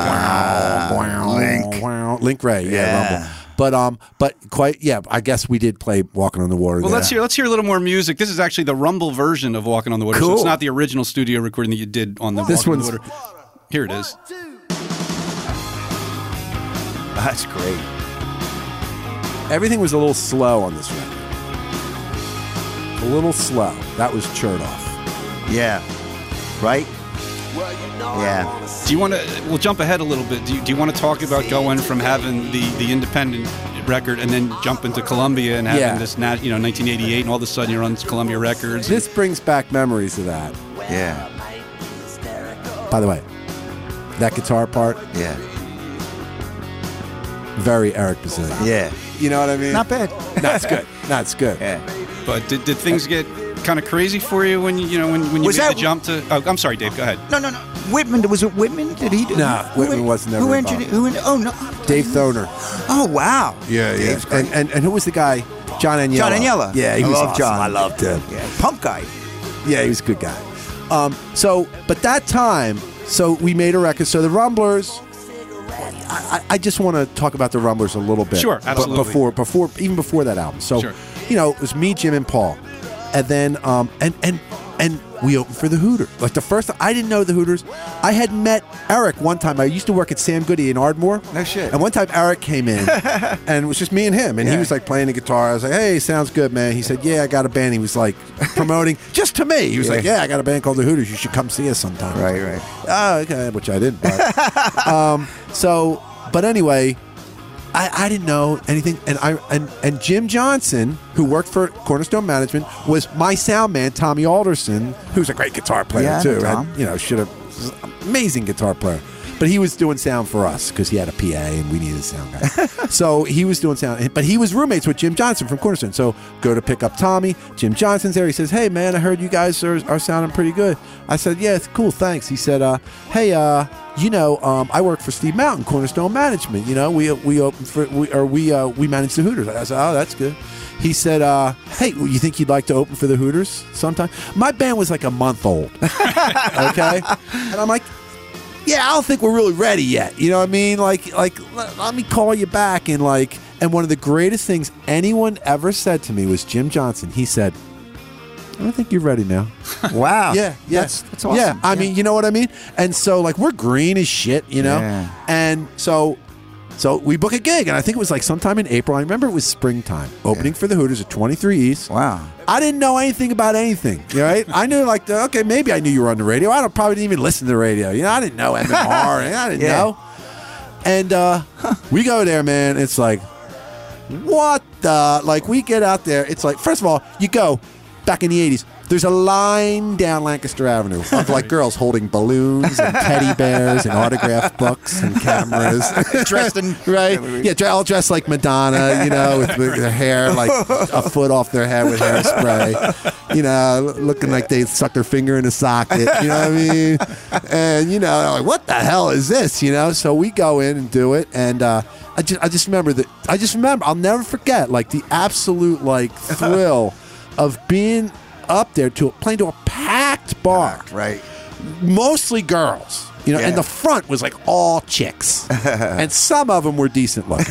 wow, Link. wow, Ah, Link Ray, yeah, Yeah. Rumble. But um, but quite yeah, I guess we did play Walking on the Water. Well, there. let's hear let's hear a little more music. This is actually the Rumble version of "Walking on the Water." So it's Cool. not the original studio recording that you did on the. This Walking on one's- the water. Here it is. That's great. Everything was a little slow on this record. A little slow. That was Chernoff. Yeah. Right? Yeah. Do you want to? We'll jump ahead a little bit. Do you, do you want to talk about going from having the the independent record and then jump into Columbia and having Yeah. this nat, you know 1988 and all of a sudden you're on Columbia Records? This brings back memories of that. Yeah. By the way, that guitar part, Yeah. very Eric Bazillion. Yeah. You know what I mean? Not bad. That's good. That's good. Yeah. But did, did things get kind of crazy for you when you you know when, when you Was made that- the jump to? Oh, I'm sorry, Dave. Go ahead. No, no, no. Whitman, was it Whitman? Did he do No, who- Whitman was never Who involved. engineered? Who en- oh, no. Dave Thoner. Oh, wow. Dave's Dave's great. And, and and who was the guy? John Aniello. John Aniella. Yeah, he I was love awesome. John. I loved him. yeah. Pump guy. Yeah, he was a good guy. Um, so, but that time, so we made a record. So the Rumblers, I, I I just want to talk about the Rumblers a little bit. Sure, bu- absolutely. Before, before, even before that album. So, Sure. you know, it was me, Jim, and Paul, and then um, and and and we opened for the Hooters. Like the first, I didn't know the Hooters. I had met Eric one time. I used to work at Sam Goody in Ardmore. No shit. And one time Eric [LAUGHS] came in, and it was just me and him, and he Yeah. was like playing the guitar. I was like, "Hey, sounds good, man." He said, "Yeah, I got a band." He [LAUGHS] was like promoting just to me. He was like, Yeah. "Yeah, I got a band called the Hooters. You should come see us sometime." Right, right. [LAUGHS] Oh, okay, which I didn't. But, um, so, but anyway, I, I didn't know anything, and I and, and Jim Johnson, who worked for Cornerstone Management, was my sound man, Tommy Alderson, who's a great guitar player Yeah, I know too, Tom. and you know should have amazing guitar player, but he was doing sound for us because he had a PA and we needed a sound guy, so he was doing sound. But he was roommates with Jim Johnson from Cornerstone, so go to pick up Tommy. Jim Johnson's there. He says, "Hey man, I heard you guys are, are sounding pretty good." I said, "Yeah, it's cool, thanks." He said, uh, "Hey, uh." you know, um, I work for Steve Mountain, Cornerstone Management. You know, we uh, we open for we or we uh, we manage the Hooters. I said, oh, that's good. He said, uh, hey, well, you think you'd like to open for the Hooters sometime? My band was like a month old, okay, and I'm like. Yeah, I don't think we're really ready yet. You know what I mean? Like, like let, let me call you back and like. And one of the greatest things anyone ever said to me was Jim Johnson. He said, "I don't think you're ready now." Wow. Yeah, yeah. Oh, That's, that's awesome. Yeah, I mean, you know what I mean? And so like we're green as shit, you know? Yeah. And so so we book a gig and I think it was like sometime in April. I remember it was springtime. Opening for the Hooters at 23 East. Wow. I didn't know anything about anything, you know, right? I knew like the, okay, maybe I knew you were on the radio. I don't, probably didn't even listen to the radio. You know, I didn't know MMR. and I didn't Yeah. know. And uh, we go there, man. It's like, what the? Like, we get out there. It's like, first of all, you go back in the 80s. There's a line down Lancaster Avenue of like girls holding balloons and teddy bears and autograph books and cameras. [LAUGHS] Dressed in- right? Yeah, dre- all dressed like Madonna, you know, with, with their hair like a foot off their head with hairspray, you know, looking like they stuck their finger in a socket, you know what I mean? And you know, like what the hell is this, you know? So we go in and do it, and uh, I just I just remember that I just remember I'll never forget like the absolute like thrill of being up there to playing to a packed bar Right. mostly girls. You know, Yeah. and the front was like [LAUGHS] all chicks, and some of them were decent looking.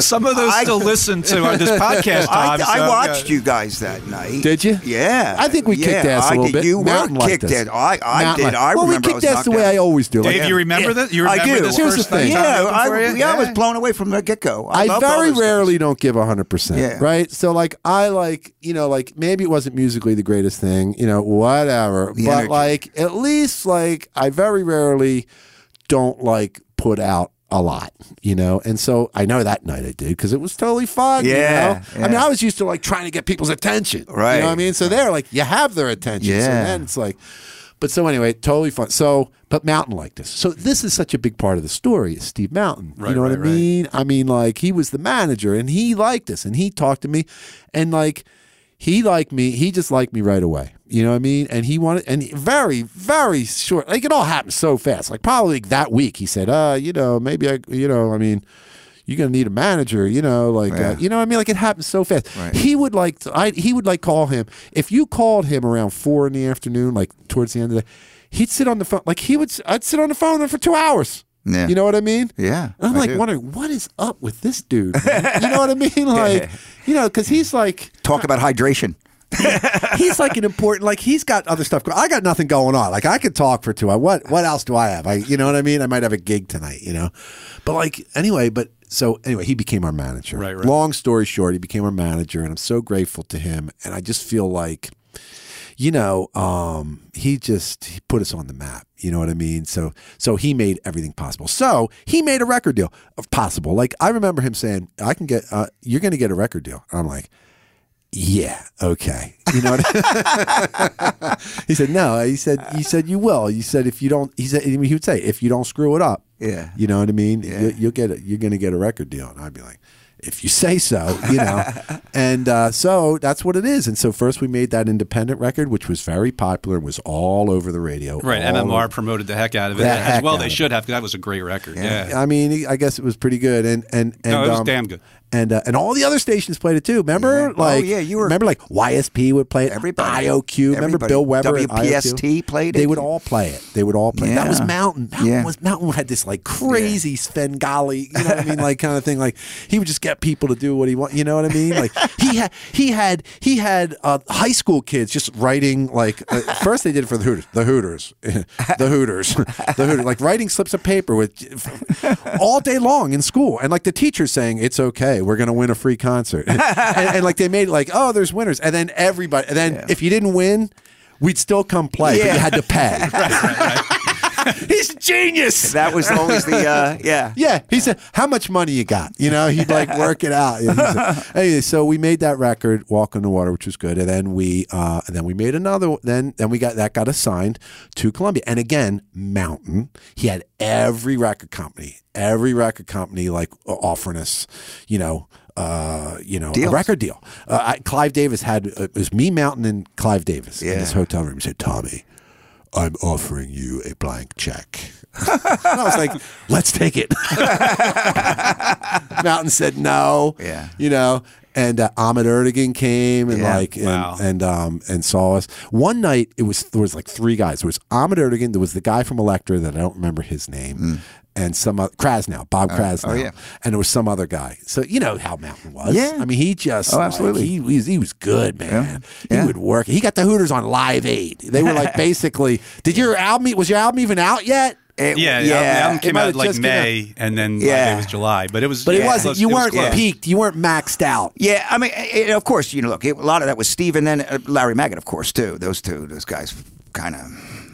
Some of those I- still listen to uh, this [LAUGHS] podcast. I, Tom, I so- watched you guys that night. Did you? Yeah. I think we Yeah, kicked ass a I little did. bit. You Mountain were liked kicked us. ass. I, I did. Mountain liked- I well, remember. we I was kicked ass the knocked way out. I always do. Dave, Like, you remember that? You I remember do. this Here's the first time thing. Tom Yeah, opened I, for you? yeah, I was blown away from the get go. I, I loved all very those rarely don't give 100%. Yeah. Right? So, like, I like, you know, like maybe it wasn't musically the greatest thing, you know, whatever. The but, energy. like, at least, like, I very rarely don't, like, put out a lot, you know? And so I know that night I did because it was totally fun. you Yeah, know? I mean, yeah. I was used to, like, trying to get people's attention. You Right. know what I mean? So they're like, you have their attention. So Yeah. then it's like, but so anyway, totally fun. So, but Mountain liked us. So this is such a big part of the story is Steve Mountain. you Right, know what right, I right. mean? I mean, like he was the manager and he liked us and he talked to me and like he liked me. He just liked me right away. You know what I mean? And he wanted and very, very short. Like it all happened so fast. Like probably that week he said, uh, you know, maybe I, you know, I mean, you're gonna need a manager, you know, like Yeah. uh, you know what I mean. Like it happened so fast. Right. He would like, to, I he would like call him if you called him around four in the afternoon, like towards the end of the day. He'd sit on the phone, like he would. s- I'd sit on the phone with him for two hours. Yeah. You know what I mean? Yeah, And I'm I like do. wondering what is up with this dude. man? you know what I mean? [LAUGHS] [LAUGHS] Like, you know, because he's like Talk about hydration. he's like an important like he's got other stuff going. I got nothing going on. Like I could talk for two. I what what else do I have? I you know what I mean? I might have a gig tonight, you know. But like anyway, but so anyway, he became our manager. Right, right. Long story short, he became our manager and I'm so grateful to him and I just feel like you know, um, he just he put us on the map. You know what I mean? So, so he made everything possible. So he made a record deal of possible. Like I remember him saying, "I can get, uh, you're going to get a record deal." And I'm like, "Yeah, okay." You know what? I- [LAUGHS] he said, "No." He said, "He said you will." He said, "If you don't," he said, he would say, "If you don't screw it up, Yeah. you know what I mean? You, you'll get a, you're going to get a record deal. And I'd be like, if you say so, you [LAUGHS] know. and uh, so that's what it is. And so first we made that independent record, which was very popular, was all over the radio. Right, all MMR over- promoted the heck out of it Oh. The as heck well. out They of should have because that was a great record. Yeah, I mean, I guess it was pretty good, and and and No, it was um, damn good. and uh, and all the other stations played it too. Remember, Oh, like, yeah, you were- remember like YSP would play it. Everybody. IOQ. Remember Everybody. Bill Weber. and WPST IOQ? played They it. would all play it. They would all play. it. That was Yeah. Mountain. Mountain Yeah. was Mountain had this like crazy Svengali, you know what I mean, like kind of thing. Like he would just get people to do what he want. You know what I mean? Like he had he had he had uh, high school kids just writing like uh, first they did it for the Hooters, the Hooters, [LAUGHS] the Hooters, [LAUGHS] the Hooters, like writing slips of paper with all day long in school, and like the teacher saying it's okay, we're gonna win a free concert, [LAUGHS] and, and like they made like oh there's winners, and then everybody, and then if you didn't win. We'd still come play, but you Yeah. had to pay. [LAUGHS] He's a genius. That was always the [LAUGHS] uh, yeah. Yeah, he said, "How much money you got?" You know, he'd like work it out. And he's [LAUGHS] like- anyway, so we made that record, "Walk on the Water," which was good, and then we, uh, and then we made another. one- Then, then we got that got assigned to Columbia, and again, Mountain. He had every record company, every record company, like offering us, you know, uh, you know, a Deals. record deal. Uh, I, Clive Davis had uh, it was me, Mountain, and Clive Davis in his Yeah. hotel room. He said, "Tommy." I'm offering you a blank check. And I was like, [LAUGHS] let's take it. Mountain said no. Yeah. You know, and uh, Ahmed Erdogan came and Yeah. like and, Wow. and um and saw us. One night it was there was like three guys. There was Ahmed Erdogan, there was the guy from Electra that I don't remember his name. And some other, Krasnow, Bob Krasnow, Mm. Oh, yeah. and there was some other guy. So you know how Mountain was. Yeah. I mean, he just Oh, like, absolutely. he, was he was good, man. Yeah. He would work. He got the Hooters on Live Aid. They [LAUGHS] were like basically, did your album was your album even out yet? It- Yeah, the album- the album came might out have like just came out. May, and then like, Yeah. it was July, but it was. But it yeah, wasn't. close- you it was weren't close. peaked. You weren't maxed out. Yeah, I mean, eh, eh, of course, you know, look, it, a lot of that was Steve and then uh, Larry Maggot, of course, too. Those two, those guys kind of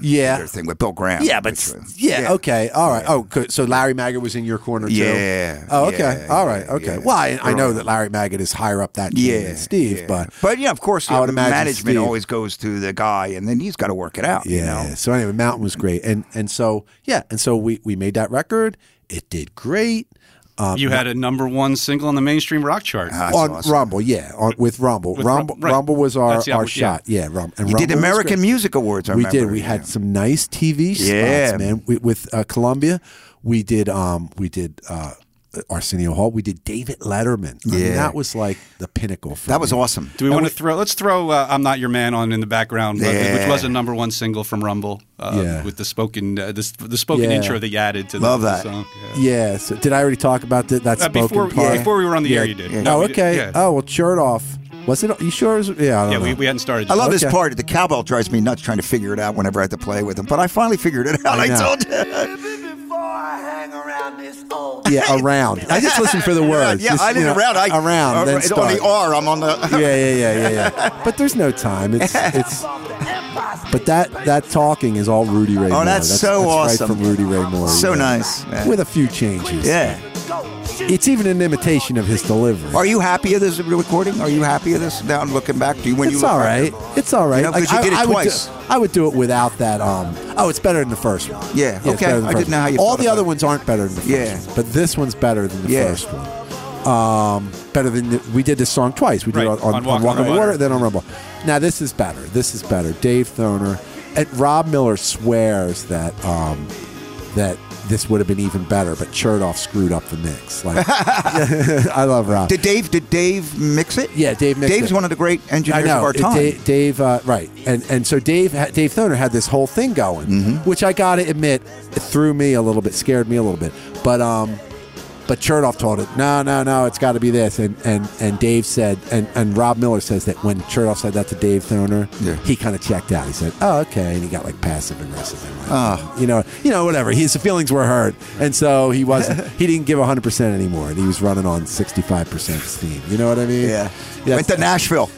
Yeah. their thing with Bill Graham. Yeah, but which, uh, yeah, okay, all right. Oh, good. so Larry Maggot was in your corner too. Yeah, Oh, okay. yeah, all right. yeah, Okay. yeah. Well, I, I know that Larry Maggot is higher up that chain Yeah, than Steve, yeah. but but yeah, of course, I yeah, would imagine management Steve- always goes to the guy, and then he's got to work it out. you Yeah. know? So anyway, Mountain was great, and and so yeah, and so we we made that record. It did great um, You had a number one single on the mainstream rock chart. That's on awesome. Rumble. Yeah, on, with Rumble. With Rumble, Rumble, right. Rumble was our That's the our album, yeah. shot. Yeah, Rumble. And You Rumble did was American great. Music Awards. I we remember, did. We yeah. had some nice TV spots, Yeah. man. We, with uh, Columbia, we did. Um, we did uh, Arsenio Hall. We did David Letterman. I mean, Yeah. that was like the pinnacle. For that was me. awesome. Do we want to throw? Let's throw uh, "I'm Not Your Man" on in the background, but- Yeah. which was a number one single from Rumble, uh, Yeah. with the spoken uh, the, the spoken Yeah. intro that you added to Love the, that. the song. Yeah. Yeah. So did I already talk about th- that Uh, spoken before, part? before we were on the air, you did. oh, we did- okay. yeah. Oh, well, shirt off. Was it? You sure? It was, yeah. Uh-huh. I don't yeah, know. we, we hadn't started. I love Okay. this part. The cowbell drives me nuts trying to figure it out whenever I have to play with him, but I finally figured it out. [LAUGHS] I, know. told you. before I hang around this old yeah, around. I just listened [LAUGHS] for the words. yeah, Just, I you didn't know, around. I, around. uh, then it's on the start. R. I'm on the. [LAUGHS] yeah, yeah, yeah, yeah, yeah. But there's no time. [LAUGHS] It's it's. But that that talking is all Rudy Ray Moore. Oh, that's so that's awesome. Right from Rudy Ray Moore. So yeah. nice, man. With a few changes. Yeah. It's even an imitation of his delivery. Are you happy with this recording? Are you happy with this now? Looking back, do you when you it's look all back- right. It's all right. You know, 'cause you did it I, I twice. Would do, I would do it without that. Um. Oh, it's better than the first one. Yeah, it's okay. better than the I first didn't know how you All felt the about other it. ones aren't better than the first. Yeah. one, but this one's better than the Yeah. first one. Um, better than the, we did this song twice. We did Right, it on, on, Walk on Water, then on Rumble. Now this is better. This is better. Dave Thoner and Rob Miller swears that um, that this would have been even better, but Chertoff screwed up the mix. Like, [LAUGHS] I love Rob. Did Dave? Did Dave mix it? Yeah, Dave mixed Dave's it. one of the great I engineers know. of our It- time. Da- Dave, uh, right, and and so Dave, ha- Dave Thoner had this whole thing going, Mm-hmm. which I gotta admit, it threw me a little bit, scared me a little bit, but um, but Chertoff told it, no, no, no, it's got to be this, and and and Dave said, and and Rob Miller says that when Chertoff said that to Dave Thoner, Yeah. he kind of checked out. He said, oh, okay, and he got like passive aggressive, and like, Ah. you know, you know, whatever. His feelings were hurt, and so he wasn't, [LAUGHS] he didn't give hundred percent anymore, and he was running on sixty five percent steam. You know what I mean? yeah. Yes. Went to Nashville.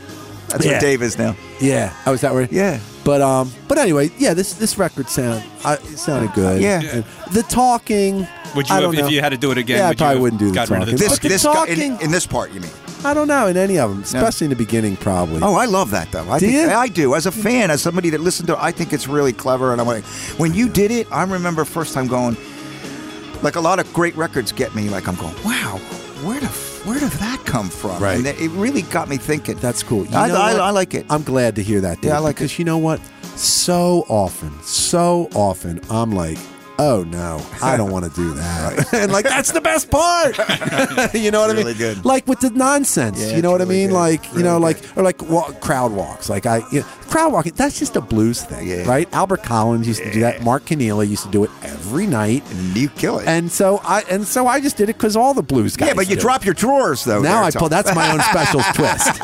That's Yeah. where Dave is now. Yeah. Oh, is that where? Yeah. But um. But anyway, yeah. This this record sound I, it sounded good. Yeah. And the talking. Would you I have, don't know. if you had to do it again? Yeah, I would you probably have wouldn't do the got rid of talking. This But the this guy- in, talking- in this part, you mean? I don't know in any of them, especially in the beginning, probably. Oh, I love that though. I Do think, you? I do. As a fan, as somebody that listened to, it, I think it's really clever. And I'm like, when you did it, I remember first time going. Like a lot of great records get me. Like I'm going, wow, where the f- where did that come from? Right. And it it really got me thinking. That's cool. You I, know I, what? I like it. I'm glad to hear that. Dave, Yeah, I like because you know what? So often, so often, I'm like, oh no, I don't want to [LAUGHS] do that. [LAUGHS] and like, that's the best part. [LAUGHS] you know what I really mean? good. Like with the nonsense. Yeah, you know it's what really I mean? good. Like you Really know, good. like or like wa- crowd walks. Like I you know, crowd walking. That's just a blues thing, Yeah. right? Albert Collins used to do that. Mark Canela used to do it every night. and you kill it. And so I and so I just did it because all the blues guys. yeah, but you do it. drop your drawers though. Now there, I Tom. pull. That's my own special twist.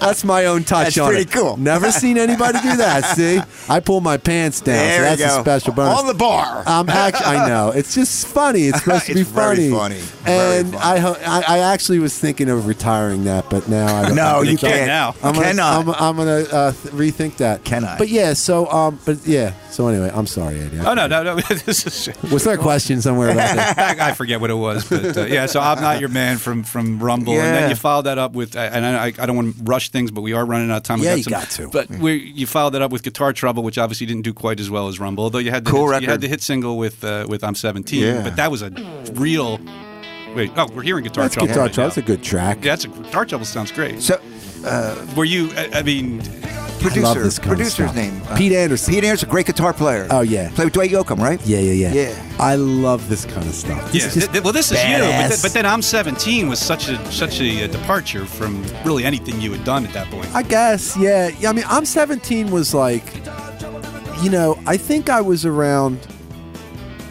That's my own touch That's on pretty it. cool. Never seen anybody do that. See, I pull my pants down. There so we that's go. a special bonus. On the [LAUGHS] bar. I'm actually, I know. It's just funny. It's supposed to be It's very funny. funny. Very And funny. I, ho- I, I actually was thinking of retiring that, but now I don't- No, you You can't can't. now. I'm gonna, cannot. I'm, I'm gonna uh, th- rethink that. Cannot. But yeah. So um. But yeah. So anyway, I'm sorry, Eddie. Oh no, no, [LAUGHS] no! This is Was there a question somewhere about [LAUGHS] that? I, I forget what it was, but uh, yeah. So I'm not your man from from Rumble, and Yeah. then you followed that up with, and I, I don't want to rush things, but we are running out of time. We Yeah, you some- got to. But we, you followed that up with Guitar Trouble, which obviously didn't do quite as well as Rumble, although you had the Cool hit, you record. had the hit single with uh, with I'm 17, Yeah. but that was a real. Wait, oh, we're hearing Guitar That's Trouble. guitar right trouble. That's a now. good track. Yeah, that's a, Guitar Trouble sounds great. So, Were you? I, I mean, producer, I love this kind of producer's stuff. name. uh, Pete Anderson. Pete Anderson, great guitar player. Oh, yeah. Play with Dwight Yoakam, right? Yeah, yeah, yeah. Yeah. I love this kind of stuff. yeah, It's just th- th- well, this is you, but, badass. th- but then I'm 17 was such a such a, uh departure from really anything you had done at that point. I guess, yeah. Yeah, I mean, I'm 17 was like, you know, I think I was around,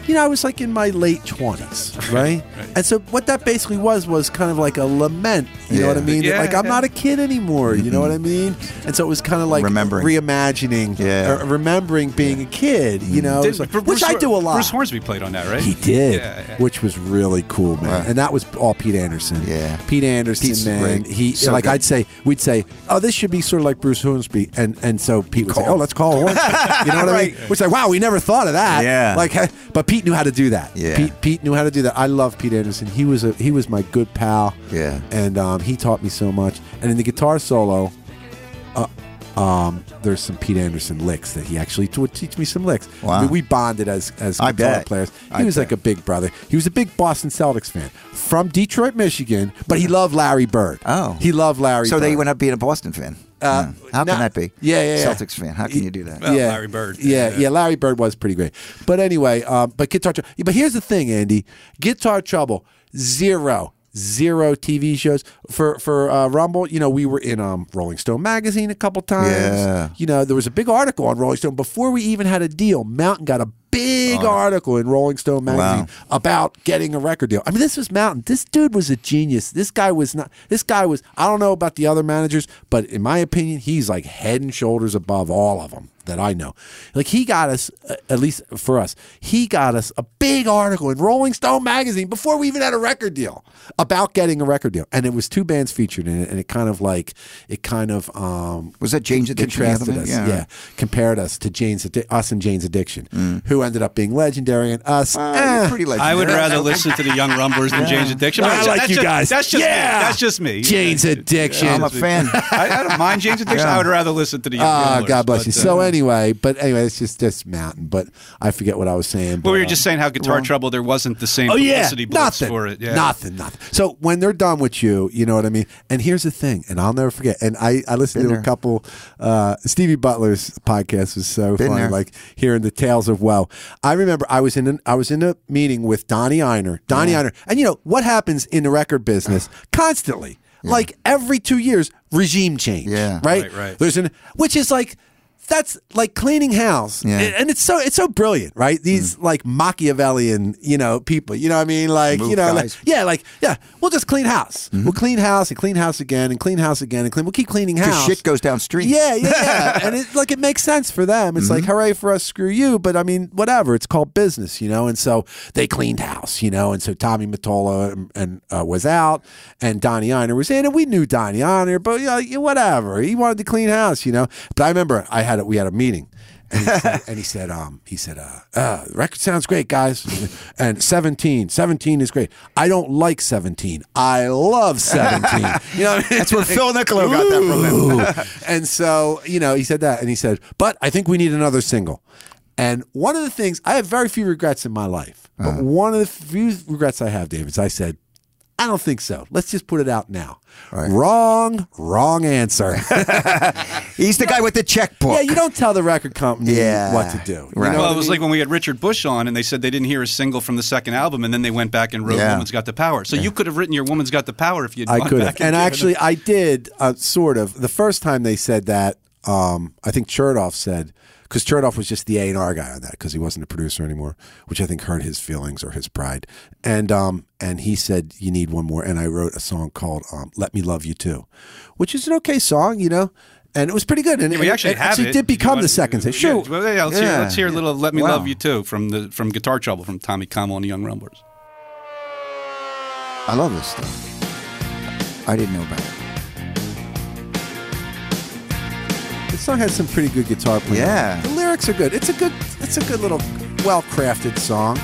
you know, I was like in my late [LAUGHS] 20s, right? And so what that basically was was kind of like a lament, you know what Yeah. I Mm-hmm. mean? That, Yeah, like, I'm yeah. not a kid anymore, you know what I mean? And so it was kind of like Remembering. reimagining, Yeah. or remembering being a kid, you know? It was like- Bruce which I Hor- do a lot. Bruce Hornsby played on that, right? He did, Yeah, yeah. which was really cool, man. Wow. And that was all Pete Anderson. Yeah. Pete Anderson, Pete's man. great. He So like good. I'd say we'd say, oh, this should be sort of like Bruce Hornsby, and and so Pete would say, oh, let's call [LAUGHS] Hornsby. you know what I mean? Which like, wow, we never thought of that. Yeah. Like, heh, but Pete knew how to do that. Yeah. Pete, Pete knew how to do that. I love Pete Anderson. He was a he was my good pal. Yeah. And um, he taught me so much. And in the guitar solo. Uh, um, there's some Pete Anderson licks that he actually would teach me some licks. Wow. I mean, we bonded as as I guitar bet. players. He I was bet. like a big brother. He was a big Boston Celtics fan from Detroit, Michigan, but he loved Larry Bird. Oh. he loved Larry. So Bird. they went up being a Boston fan. Uh, Yeah. How can no- that be? Yeah, yeah, yeah. Celtics fan. How can you do that? Well, Oh, Larry Bird. Yeah, yeah, Yeah. Larry Bird was pretty great. But anyway, um, but guitar. Trouble. But here's the thing, Andy. Guitar Trouble zero zero TV shows for for uh, Rumble. You know, we were in um, Rolling Stone magazine a couple times. Yeah. You know, there was a big article on Rolling Stone before we even had a deal. Mountain got a big article in Rolling Stone magazine about getting a record deal. I mean, this was Mountain. This dude was a genius. This guy was not. This guy was. I don't know about the other managers, but in my opinion, he's like head and shoulders above all of them that I know. Like he got us, uh, at least for us, he got us a big article in Rolling Stone magazine before we even had a record deal about getting a record deal, and it was two bands featured in it, and it kind of like it kind of um, Was that Jane's Addiction? the other contrasted band? us, yeah. compared us to Jane's addi- us and Jane's addiction, who ended up being legendary, and us. Wow, eh. you're pretty legendary. I would rather listen to the Young Rumblers [LAUGHS] than Jane's Addiction. but I that's- like that's you just- guys. That's just Yeah. me. That's just me. Jane's addiction. I'm a fan. [LAUGHS] I, I don't mind Jane's Addiction. Yeah. I would rather listen to the Young Ah, Rumblers. God bless but, you. uh, So anyway, but anyway, it's just this mountain. But I forget what I was saying. But we but, were uh, just saying how Guitar Trouble there wasn't the same Oh yeah, publicity blitz nothing, for it. Yeah. nothing, nothing. So when they're done with you, you know what I mean. And here's the thing, and I'll never forget. And I, I listened to a couple. Uh, Stevie Butler's podcast was so Been funny, there. like hearing the tales of woe. I remember I was in an, I was in a meeting with Donnie Einer. Donnie Einer, and you know what happens in the record business constantly, like every two years, regime change. Yeah. right, Right, right. There's an which is like. That's like cleaning house, Yeah. Mm. And- and it's so it's so brilliant, right? These like Machiavellian, you know, people. You know what I mean? Like Move you know, like, guys. Mm-hmm. yeah, like yeah. We'll just clean house. We'll clean house and clean house again and clean house again and clean. We'll keep cleaning house. Because shit goes down street. yeah, yeah, [LAUGHS] yeah. and it, like it makes sense for them. It's Mm-hmm. like hooray for us, screw you. But I mean, whatever. It's called business, you know. And so they cleaned house, you know. And so Tommy Mottola and, and, uh, was out, and Donnie Einer was in, and we knew Donnie Einer, but you know, yeah, whatever. He wanted to clean house, you know. But I remember I had a, we had a meeting. And he said, and he said, um, he said uh, uh, the record sounds great, guys. And 17, 17 is great. I don't like 17. I love 17. you know, that's where Phil Niccolo got that from him. and so, you know, he said that and he said, but I think we need another single. And one of the things, I have very few regrets in my life, but one of the few regrets I have, David, is I said, I don't think so. Let's just put it out now. Wrong, wrong answer. [LAUGHS] He's the guy with the checkbook. yeah, you don't tell the record company Yeah. what to do. You Right. know Well, what it was I mean? like when we had Richard Bush on, and they said they didn't hear a single from the second album, and then they went back and wrote Yeah. "Woman's Got the Power." So you could have written your "Woman's Got the Power" if you'd I gone could have. back And given actually, I did uh, sort of. The first time they said that, um, I think Chertoff said because Chertoff was just the A and R guy on that because he wasn't a producer anymore, which I think hurt his feelings or his pride. And um, and he said you need one more, and I wrote a song called um, "Let Me Love You Too," which is an okay song, you know. and it was pretty good. And Yeah, we it- actually it have actually it. did if you become want- the second stage. Yeah, Sure, well, yeah, let's, hear, Yeah. let's hear a little "Let Me Wow. Love You Too" from the from Guitar Trouble from Tommy Como and the Young Rumblers. I love this stuff. I didn't know about it. This song has some pretty good guitar playing. Yeah. the lyrics are good. It's a good, it's a good little, well-crafted song.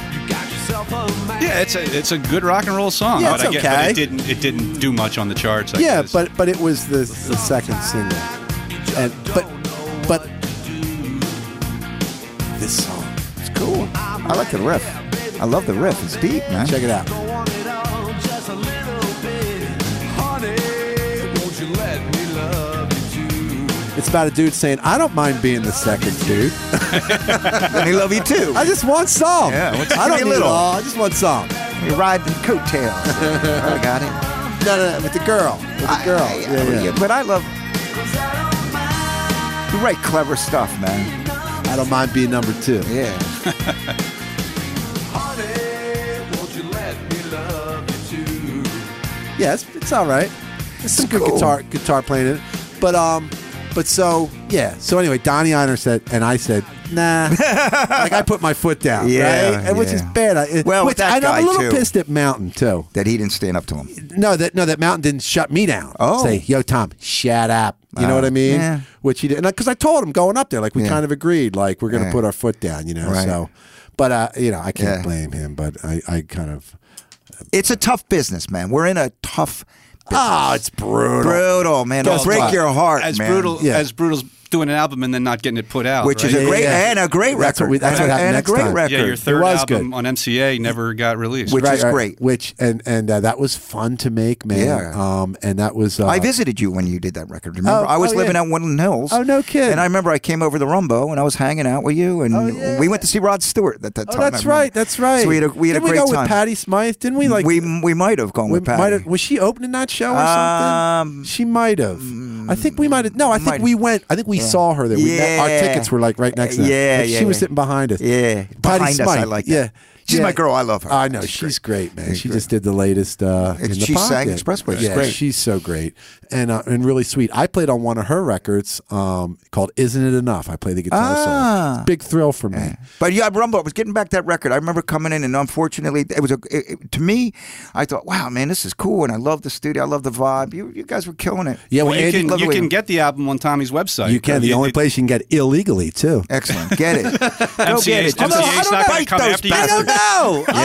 Yeah, it's a it's a good rock and roll song. Yeah, but it's I get, but okay. it didn't it didn't do much on the charts. I yeah, guess. but but it was the, the second single, and but but this song, It's cool. I like the riff. I love the riff. It's deep, man. check it out. It's about a dude saying, "I don't mind being the second dude. Let me love you too. I just want some. Yeah, well, I don't give need me a little. little." I just want some. You ride the coattails. I got it. No, no, no, with the girl, with the I- girl. I- yeah, I- yeah. But I love. You write clever stuff, man. I don't mind being number two. Yeah. Yeah, it's, it's all right. It's some good cool. guitar guitar playing in it. But um, but so yeah. So anyway, Donnie Einer said, and I said, [LAUGHS] nah. like I put my foot down. Yeah, right? and which is yeah. bad. I, Well, with which, that and I'm guy, a little too. pissed at Mountain too. That he didn't stand up to him. No, that no, that Mountain didn't shut me down. Oh. say yo, Tom, shut up. You know Oh, what I mean? yeah. Which he did, and because I told him going up there, like we Yeah. kind of agreed, like we're gonna Yeah. put our foot down. You know, Right. so. But uh, you know, I can't Yeah. blame him. But I, I kind of It's a tough business, man. We're in a tough. ah, it's brutal. Brutal, man. Guess It'll break what? your heart, as man. brutal Yeah. as brutal's doing an album and then not getting it put out, Which right? is a Yeah, great yeah. and a great That's what record. we- that's what and, happened and next a great time. record. yeah, your third was album good. on MCA never got released. Which- is great. Which and and uh, that was fun to make, man. Yeah. Um, and that was uh, I visited you when you did that record. Remember, Oh, I was oh, living yeah. out in Woodland Hills. Oh, no kidding. And I remember I came over to the Rumbo and I was hanging out with you, and Oh, yeah. we went to see Rod Stewart at that Oh, time. I that's remember. right. That's right. So we had a, we had Didn't a great we go time. with Patty Smythe? Didn't we? Like we we might have gone we with Patty. might have- was she opening that show or something? Um, mm, She might have. I think we might have. No, I think might- we went. I think we saw her there. We met- our Yeah. tickets were like right next to. us. Yeah, Like, yeah, She yeah. was sitting behind us. Yeah, Patty behind us. Smythe. I like that. Yeah, She's Yeah. my girl. I love her. I know She's she's great, man. She's she great. just did the latest. Uh, in It's- the she sang Pocket. Expressway. She's Yeah, great. she's so great and uh, and really sweet. I played on one of her records um, called "Isn't It Enough." I play the guitar Ah. solo. It's a big thrill for me. But yeah, Rumble. I was getting back that record. I remember coming in, and unfortunately, it was a. It, it- to me, I thought, "Wow, man, this is cool," and I love the studio. I love the vibe. You, you guys were killing it. Yeah, well, Well, you Andy, can you Ludwig- can get the album on Tommy's website. you can. The only place you can get illegally too. excellent. Get [LAUGHS] it. [LAUGHS] Go MCA get 's it. just- MCA 's Although, I don't not know. gonna Fight come those after you. I don't know. I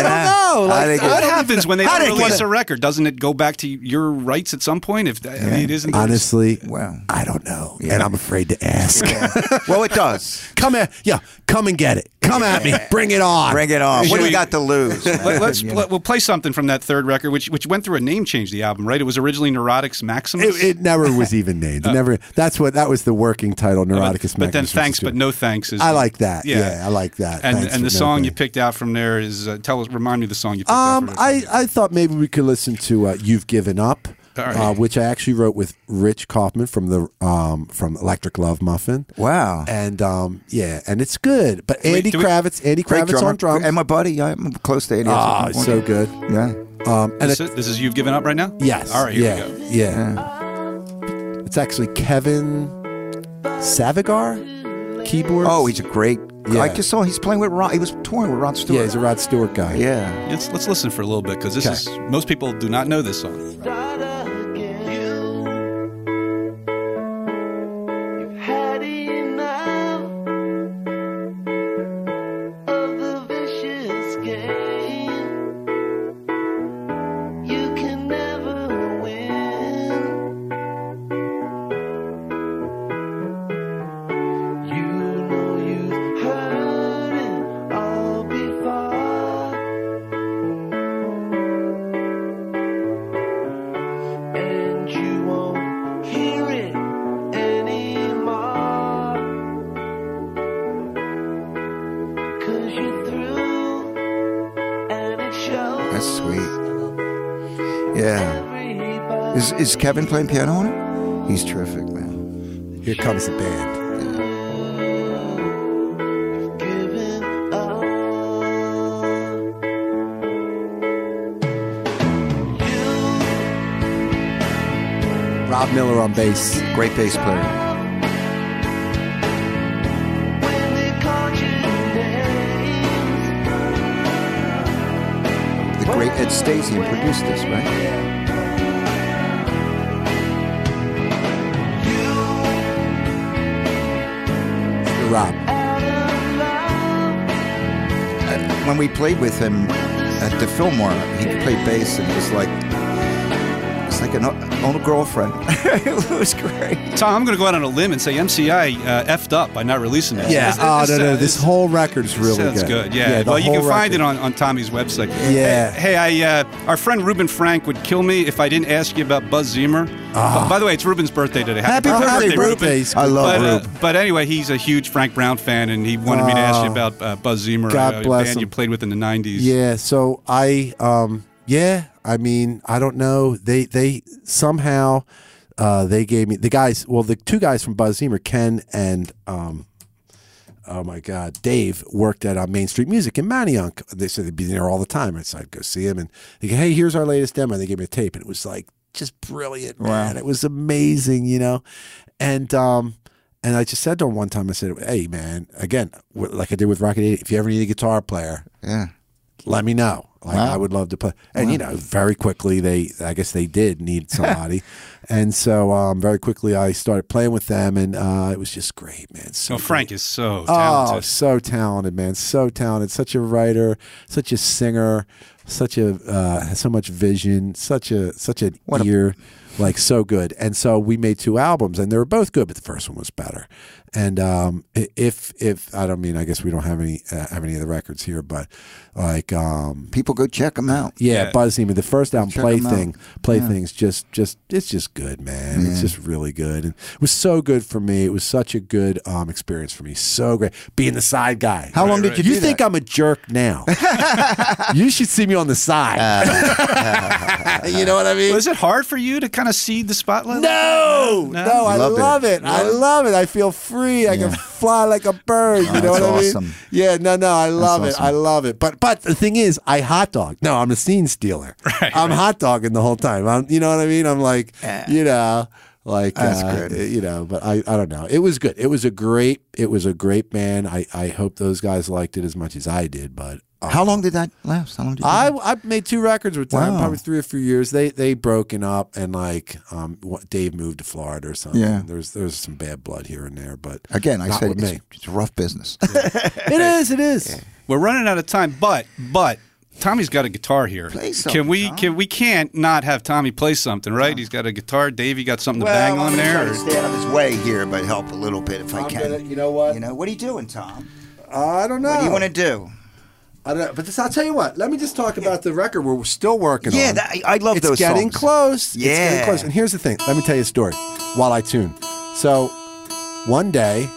don't know. Like, I think What it- happens when they How don't did it get release it? a record? Doesn't it go back to your rights at some point? If I mean, it isn't Honestly, Wow. I don't know, and I'm afraid to ask. [LAUGHS] well, it does. [LAUGHS] come at, yeah, come and get it. Come at me. Bring it on. Bring it on. Should What do we- you got to [LAUGHS] lose? [LAUGHS] Let, us Yeah. let, we'll play something from that third record, which which went through a name change. The album, right? It was originally Neurotics Maximus. It, it never was [LAUGHS] even named. Oh. Never. That's what that was the working title. but, Neuroticus. but then Maximus thanks, but Institute. no thanks. Is I the- like that. Yeah, I like that. And Thanks and for the song nothing. you picked out from there is uh, tell us remind me the song you picked out. Um, from I, there. I thought maybe we could listen to uh, "You've Given Up," All right. uh, which I actually wrote with Rich Kaufman from the um, from Electric Love Muffin. Wow. And um, yeah, and it's good. But we- Andy do we- Kravitz, Andy Great Kravitz on drums. And my buddy, yeah, I'm close to Andy. Ah, it's so good. Yeah. Um, and this, it, is, this is you've given up right now. yes, All right. Here yeah, we go. yeah. It's actually Kevin Savigar, keyboard. Oh, he's a great. Yeah. I just saw he's playing with Rod. He was touring with Rod Stewart. yeah, he's a Rod Stewart guy. yeah. Let's let's listen for a little bit because this Okay. is most people do not know this song. Start again. You've had enough of the vicious game. You can never win. You know you've heard it all before. and you won't hear it anymore. Cause you're through, and it shows That's sweet. Yeah. everybody. Is is Kevin playing piano on it? He's terrific, man. Here comes the band. given up. You Rob Miller on bass. Great bass player. Fred Stacey produced this, right? Rob. When we played with him at the Fillmore, he played bass, and it was like it's like an o- old girlfriend. [LAUGHS] it was great. Tom, I'm going to go out on a limb and say MCI uh, effed up by not releasing this. Yeah. This- Oh this- no, no, this- this whole record's really Sounds good. Yeah. the well, you can whole find it record. on, on Tommy's website. Yeah. Hey, hey, I uh, our friend Ruben Frank would kill me if I didn't ask you about Buzz Zimmer. By- By the way, it's Ruben's birthday today. Ah. Happy birthday, Ruben. He's I love but, uh, Rube. but anyway, he's a huge Frank Brown fan, and he wanted me to ask you about uh, Buzz Zimmer, Ah. God uh, bless band him. you played with in the '90s. Yeah, so I um yeah, I mean, I don't know. They they somehow uh they gave me the guys, well the two guys from Buzz Zimmer, Ken and um Oh my God! Dave worked at uh, Main Street Music in Manayunk. They said they'd be there all the time. And so I'd go see him, and they go, "Hey, here's our latest demo." And they gave me a tape, and it was like just brilliant, man. It was amazing, you know. And um, and I just said to him one time, I said, "Hey, man, again, w- like I did with Rocket Eight, if you ever need a guitar player, Yeah. let me know. Like Wow. I would love to play. And you know, very quickly they I guess they [LAUGHS] did need somebody. and so um, very quickly I started playing with them and uh, it was just great, man. So So Frank is so Oh, talented. so talented, man. So talented. Such a writer, such a singer, such a uh, has so much vision, such a such an What a- ear, like so good. And so we made two albums, and they were both good, but the first one was better. And um, i- if if I don't mean, I guess we don't have any uh, have any of the records here, but like um, People go check him out. yeah, Yeah. Buzz Neiman, the first album, Check 'em out. Plaything, Plaything's just, just, it's just good, man. It's just really good. And it was so good for me. It was such a good um, experience for me. So great. Being the side guy. How long did you You do think that? I'm a jerk [LAUGHS] now. you should see me on the side. Uh, [LAUGHS] you know what I mean? Was it hard for you to kind of see the spotlight? No, no, No? I Love it. love it. I love it. I feel free. I can Yeah. fly like a bird. You Oh, know that's what I mean? awesome. Yeah, no, no, I love it. awesome. I love it. But but the thing is, I hot dog. No, I'm a scene [LAUGHS] stealer. I'm hot dogging the whole time. I'm, you know what I mean? I'm like, you know, like That's uh, good. you know. But I, I don't know. It was good. It was a great. It was a great band. I, I hope those guys liked it as much as I did. But um, How long did that last? How long did you I, I made two records with them, Wow. probably three or four years. They they broken up and like um, what, Dave moved to Florida or something. Yeah. there's there's some bad blood here and there, but Again, I not said with it's, me. it's rough business. it is, it is. We're running out of time, but but Tommy's got a guitar here. Play something, can we Tom. can we can't not have Tommy play something, right? He's got a guitar. Davey got something to bang on there. or- stay out of his way here, but help a little bit if I I'm can. gonna- you know what? You know what are you doing, Tom? I don't know. What do you want to do? I don't know. But this, I'll tell you what. Let me just talk about the record where we're still working Yeah, on. that- I- I love it's those Getting songs. close. It's getting Yeah. close. And here's the thing. Let me tell you a story. While I tune, so one day,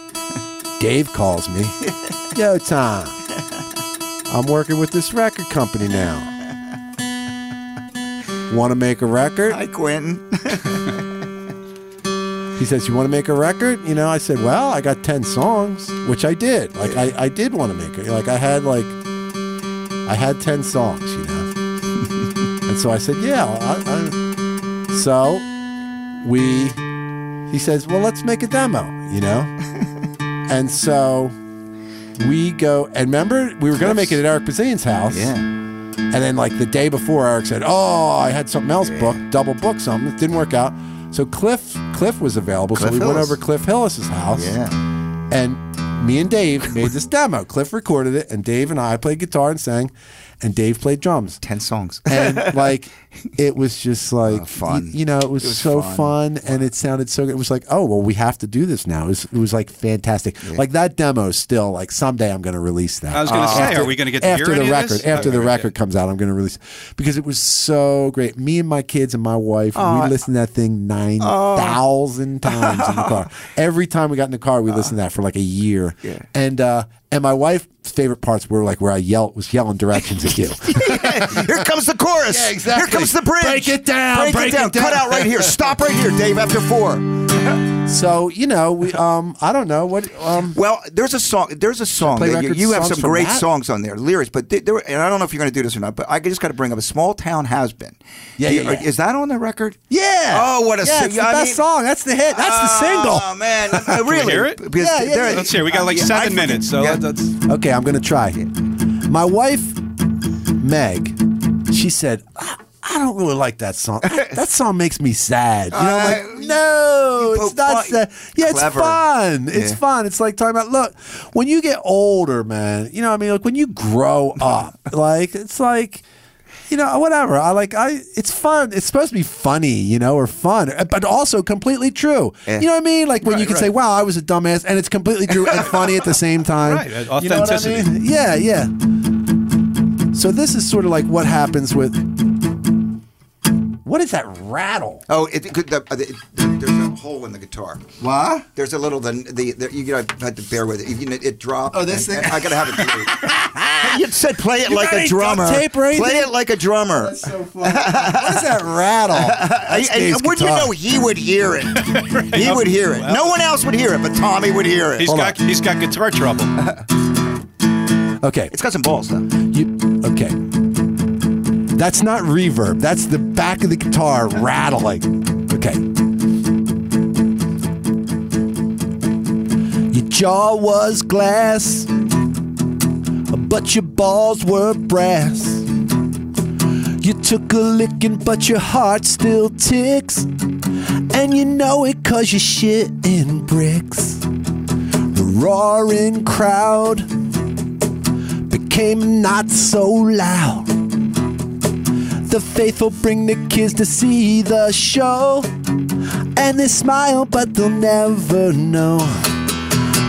Dave [LAUGHS] calls me. Yo, Tom, I'm working with this record company now. Want to make a record? Hi, Quentin. He says, "You want to make a record?" You know, I said, "Well, I got ten songs, which I did. Like, I, I did want to make it. Like, I had like, I had ten songs, you know." and so I said, "Yeah." I, I. So we, he says, "Well, let's make a demo," you know. and so we go and remember we were going to make it at Eric Bazillion's [LAUGHS] house. yeah. And then like the day before, Eric said, "Oh, I had something else booked, double booked something. It didn't work out." So Cliff, Cliff was available. Cliff so we went Hillis. over Cliff Hillis's house, Yeah. and me and Dave made this demo. Cliff recorded it, and Dave and I played guitar and sang, and Dave played drums. Ten [LAUGHS] songs. And like, it was just like Oh, fun. You, you know, it was, was so fun. fun, and it sounded so good. It was like, oh well, we have to do this now. It was, it was like fantastic. Like that demo is still like someday I'm going to release that I was going to say, are we going to get to after hear the any record Of this? after the Okay. record comes out i'm going to release because it was so great me and my kids and my wife we listened to that thing 9000 times in the car every time we got in the car we listened to that for like a year Yeah. and uh and my wife's favorite parts were like where i yelled was yelling directions at you Here comes the chorus. Yeah, exactly. Here comes the bridge. Break it down, Break, break it, down. it down. Cut out right here. Stop right here, Dave. After four. so you know we um i don't know what um Well, there's a song. There's a song. play That you, records, you have songs some from great that? songs on there, lyrics. But th- there, and I don't know if you're going to do this or not. But I just got to bring up a small town has been. Yeah, Do you- yeah, yeah. Is that on the record? yeah Oh, what a yeah, it's sing- the I best mean- song that's the hit that's Oh man, really? hear it? Because Yeah, yeah, there- yeah. Let's hear. it. We got like Yeah, I seven fucking- minutes, so yeah. that's the single okay i'm going to try my wife meg she said, I, I don't really like [LAUGHS] that song. That, that song makes me sad. You know, I'm Uh, like, no, you poke it's not fun- sad. Yeah, it's Clever. fun. It's Yeah. fun. It's like talking about, look, when you get older, man, you know what I mean? Like when [LAUGHS] you grow up, like, it's like, you know, whatever. I like, I, it's fun. It's supposed to be funny, you know, or fun, uh, but also completely true. Yeah. You know what I mean? Like when you Right, can right. say, wow, I was a dumbass, and it's completely true and funny at the same time. Right, uh, You know what I authenticity. mean? Yeah, yeah. So this is sort of like what happens with. What is that rattle? Oh, it could. The, uh, the, there's a hole in the guitar. What? There's a little. The, the, the you know, I had to bear with it. You know, it dropped. Oh, this and- thing? and I gotta have it. [LAUGHS] you said play it like got a any duct drummer. tape or play anything? it like a drummer. So funny. what is that rattle? That's [LAUGHS] I- I- Dave's wouldn't you guitar. know he would hear [LAUGHS] it? He would hear it. No one else would hear it, but Tommy would hear it. He's got he's got guitar [LAUGHS] trouble. Okay, It's got some balls though. you, okay. That's not reverb. That's the back of the guitar rattling. Okay. Your jaw was glass, but your balls were brass. You took a licking, but your heart still ticks. And you know it cause you're shitting bricks. The roaring crowd became not so loud. The faithful bring the kids to see the show. And they smile, but they'll never know.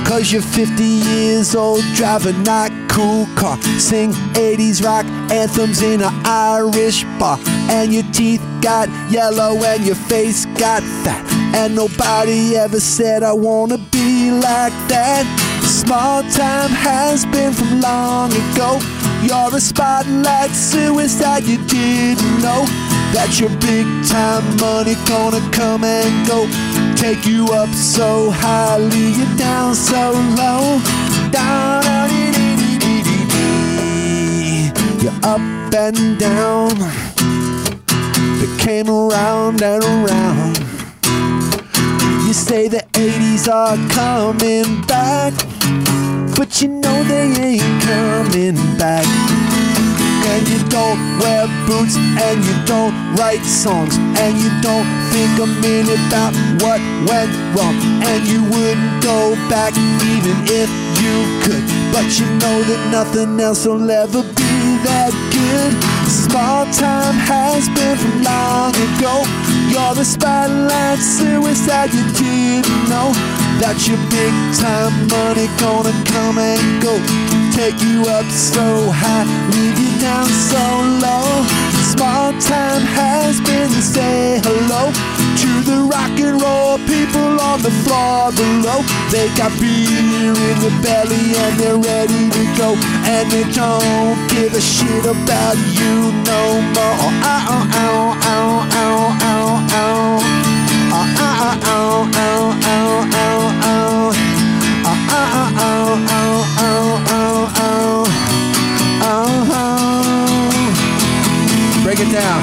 Cause you're 50 years old, driving not cool car. Sing 80s rock anthems in an Irish bar. And your teeth got yellow and your face got fat. And nobody ever said, I wanna be like that. Small time has been from long ago. You're a spotlight suicide, you didn't know that your big time money gonna come and go. Take you up so high, leave you down so low. Down, down, dee, dee, dee, dee, dee, dee. You're up and down. They came around and around. You say the 80s are coming back, but you know they ain't coming back and you don't wear boots and you don't write songs and you don't think a minute about what went wrong and you wouldn't go back even if you could but you know that nothing else will ever be that good small time has been from long ago you're the spotlight suicide you didn't know that your big time money gonna come and go Take you up so high, leave you down so low. Small time has been to say hello to the rock and roll people on the floor below. They got beer in their belly and they're ready to go. And they don't give a shit about you no more. Ow, ow, ow, ow, ow, ow, ow. Ow, ow, ow, ow, ow, ow, Oh, ow. Uh-huh. Break it down.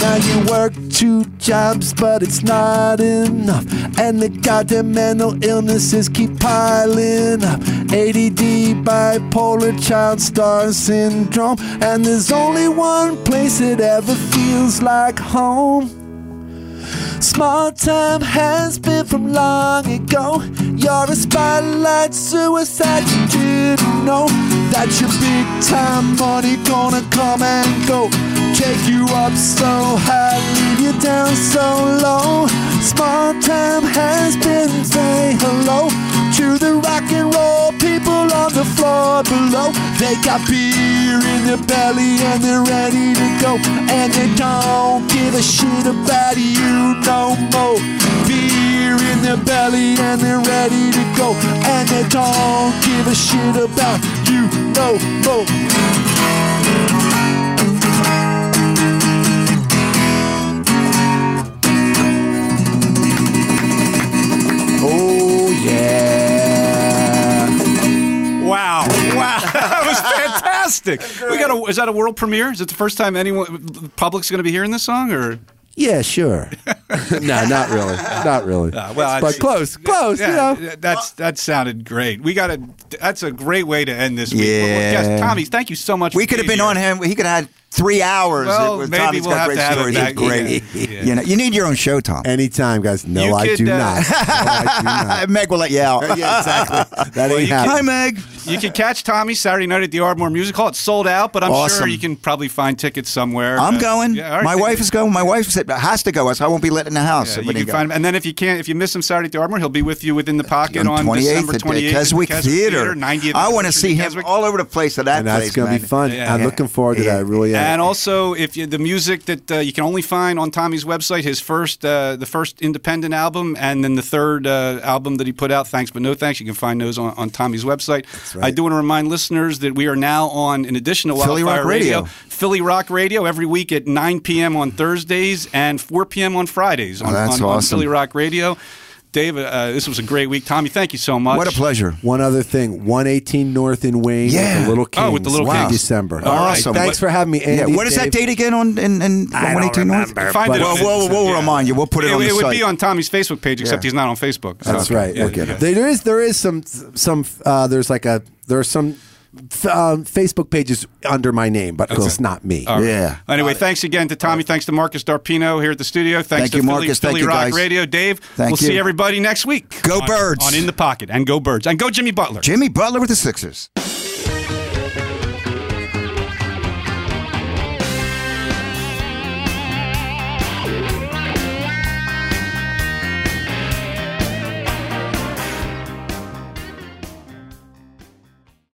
Now you work two jobs, but it's not enough. And the goddamn mental illnesses keep piling up. ADD, bipolar, child star syndrome. And there's only one place it ever feels like home. Small time has been from long ago. You're a spotlight suicide. You didn't know that your big time money gonna come and go. Take you up so high, leave you down so low. Small time has been say hello to the rock and roll people on the floor below. They got beer in their belly and they're ready to go. And they don't give a shit about you no more. Beer in their belly and they're ready to go. And they don't give a shit about you no more. Oh, yeah. Wow! Wow! [LAUGHS] that was fantastic. We got a. Is that a world premiere? Is it the first time anyone the public's going to be hearing this song? Or Yeah, sure. [LAUGHS] no, not really. Not really. Uh, well, but it's- close, close, yeah, you know. that's that sounded great. We got a. That's a great way to end this week. Well, Yeah. yes, Tommy, thank you so much. We for could have being been here. on him. He could have had three hours. Well, with maybe Tom. He's we'll got have great to have it stories. It's back. great. Yeah. [LAUGHS] You know, you need your own show, Tom. Anytime, guys. No, You I could, do uh, [LAUGHS] not. No, I [LAUGHS] Meg will let you out. do not. yeah, exactly. That you ain't can- Hi, happening. Meg. You can catch Tommy Saturday night at the Ardmore Music Hall. It's sold out, but I'm sure Awesome. you can probably find tickets somewhere. I'm Uh, going. yeah, all right. My wife is going. My wife said has to go. So I won't be let in the house. Yeah, So you when he can go- find him. And then if you can't, if you miss him Saturday at the Ardmore, he'll be with you within the pocket on, on 28th December at the 28th at the Keswick, Theater. 90th. I want anniversary to see of him Keswick. all over the place at that And place. that's going to be man. fun. Yeah. I'm looking forward to Yeah. that. I really am. And also, if you, the music that uh, you can only find on Tommy's website, his first, uh, the first independent album, and then the third uh, album that he put out, Thanks But No Thanks, you can find those on, on Tommy's website. right. I do want to remind listeners that we are now on, in addition to Philly Wildfire Rock Radio. Philly Rock Radio every week at 9 p.m. on Thursdays and 4 p.m. on Fridays on, that's on, on awesome. Philly Rock Radio. Dave, uh, this was a great week. Tommy, thank you so much. What a pleasure. One other thing, 118 North in Wayne with Yeah. the Little Kings Oh, with the Little in Kings. December. All right. Awesome. Thanks for having me, Yeah. Andy. What is that Dave. date again on in, in 118 North? Find but- it Well, on- we'll, we'll yeah. remind you. We'll put it, It, on the it would site. be on Tommy's Facebook page, except Yeah. he's not on Facebook. so- That's right. Yeah, We'll get yeah. it. There is there is some some uh, there's like a there's some f- um, Facebook pages under my name, but it's not me. yeah. Anyway, thanks again to Tommy. Thanks to Marcus Darpino here at the studio. Thanks Thank to you, Philly, Marcus. Philly Thank you, Rock guys. Radio. Dave, Thank we'll see you. everybody next week. Go on- Birds. On In the Pocket. And go Birds. And go Jimmy Butler. Jimmy Butler with the Sixers.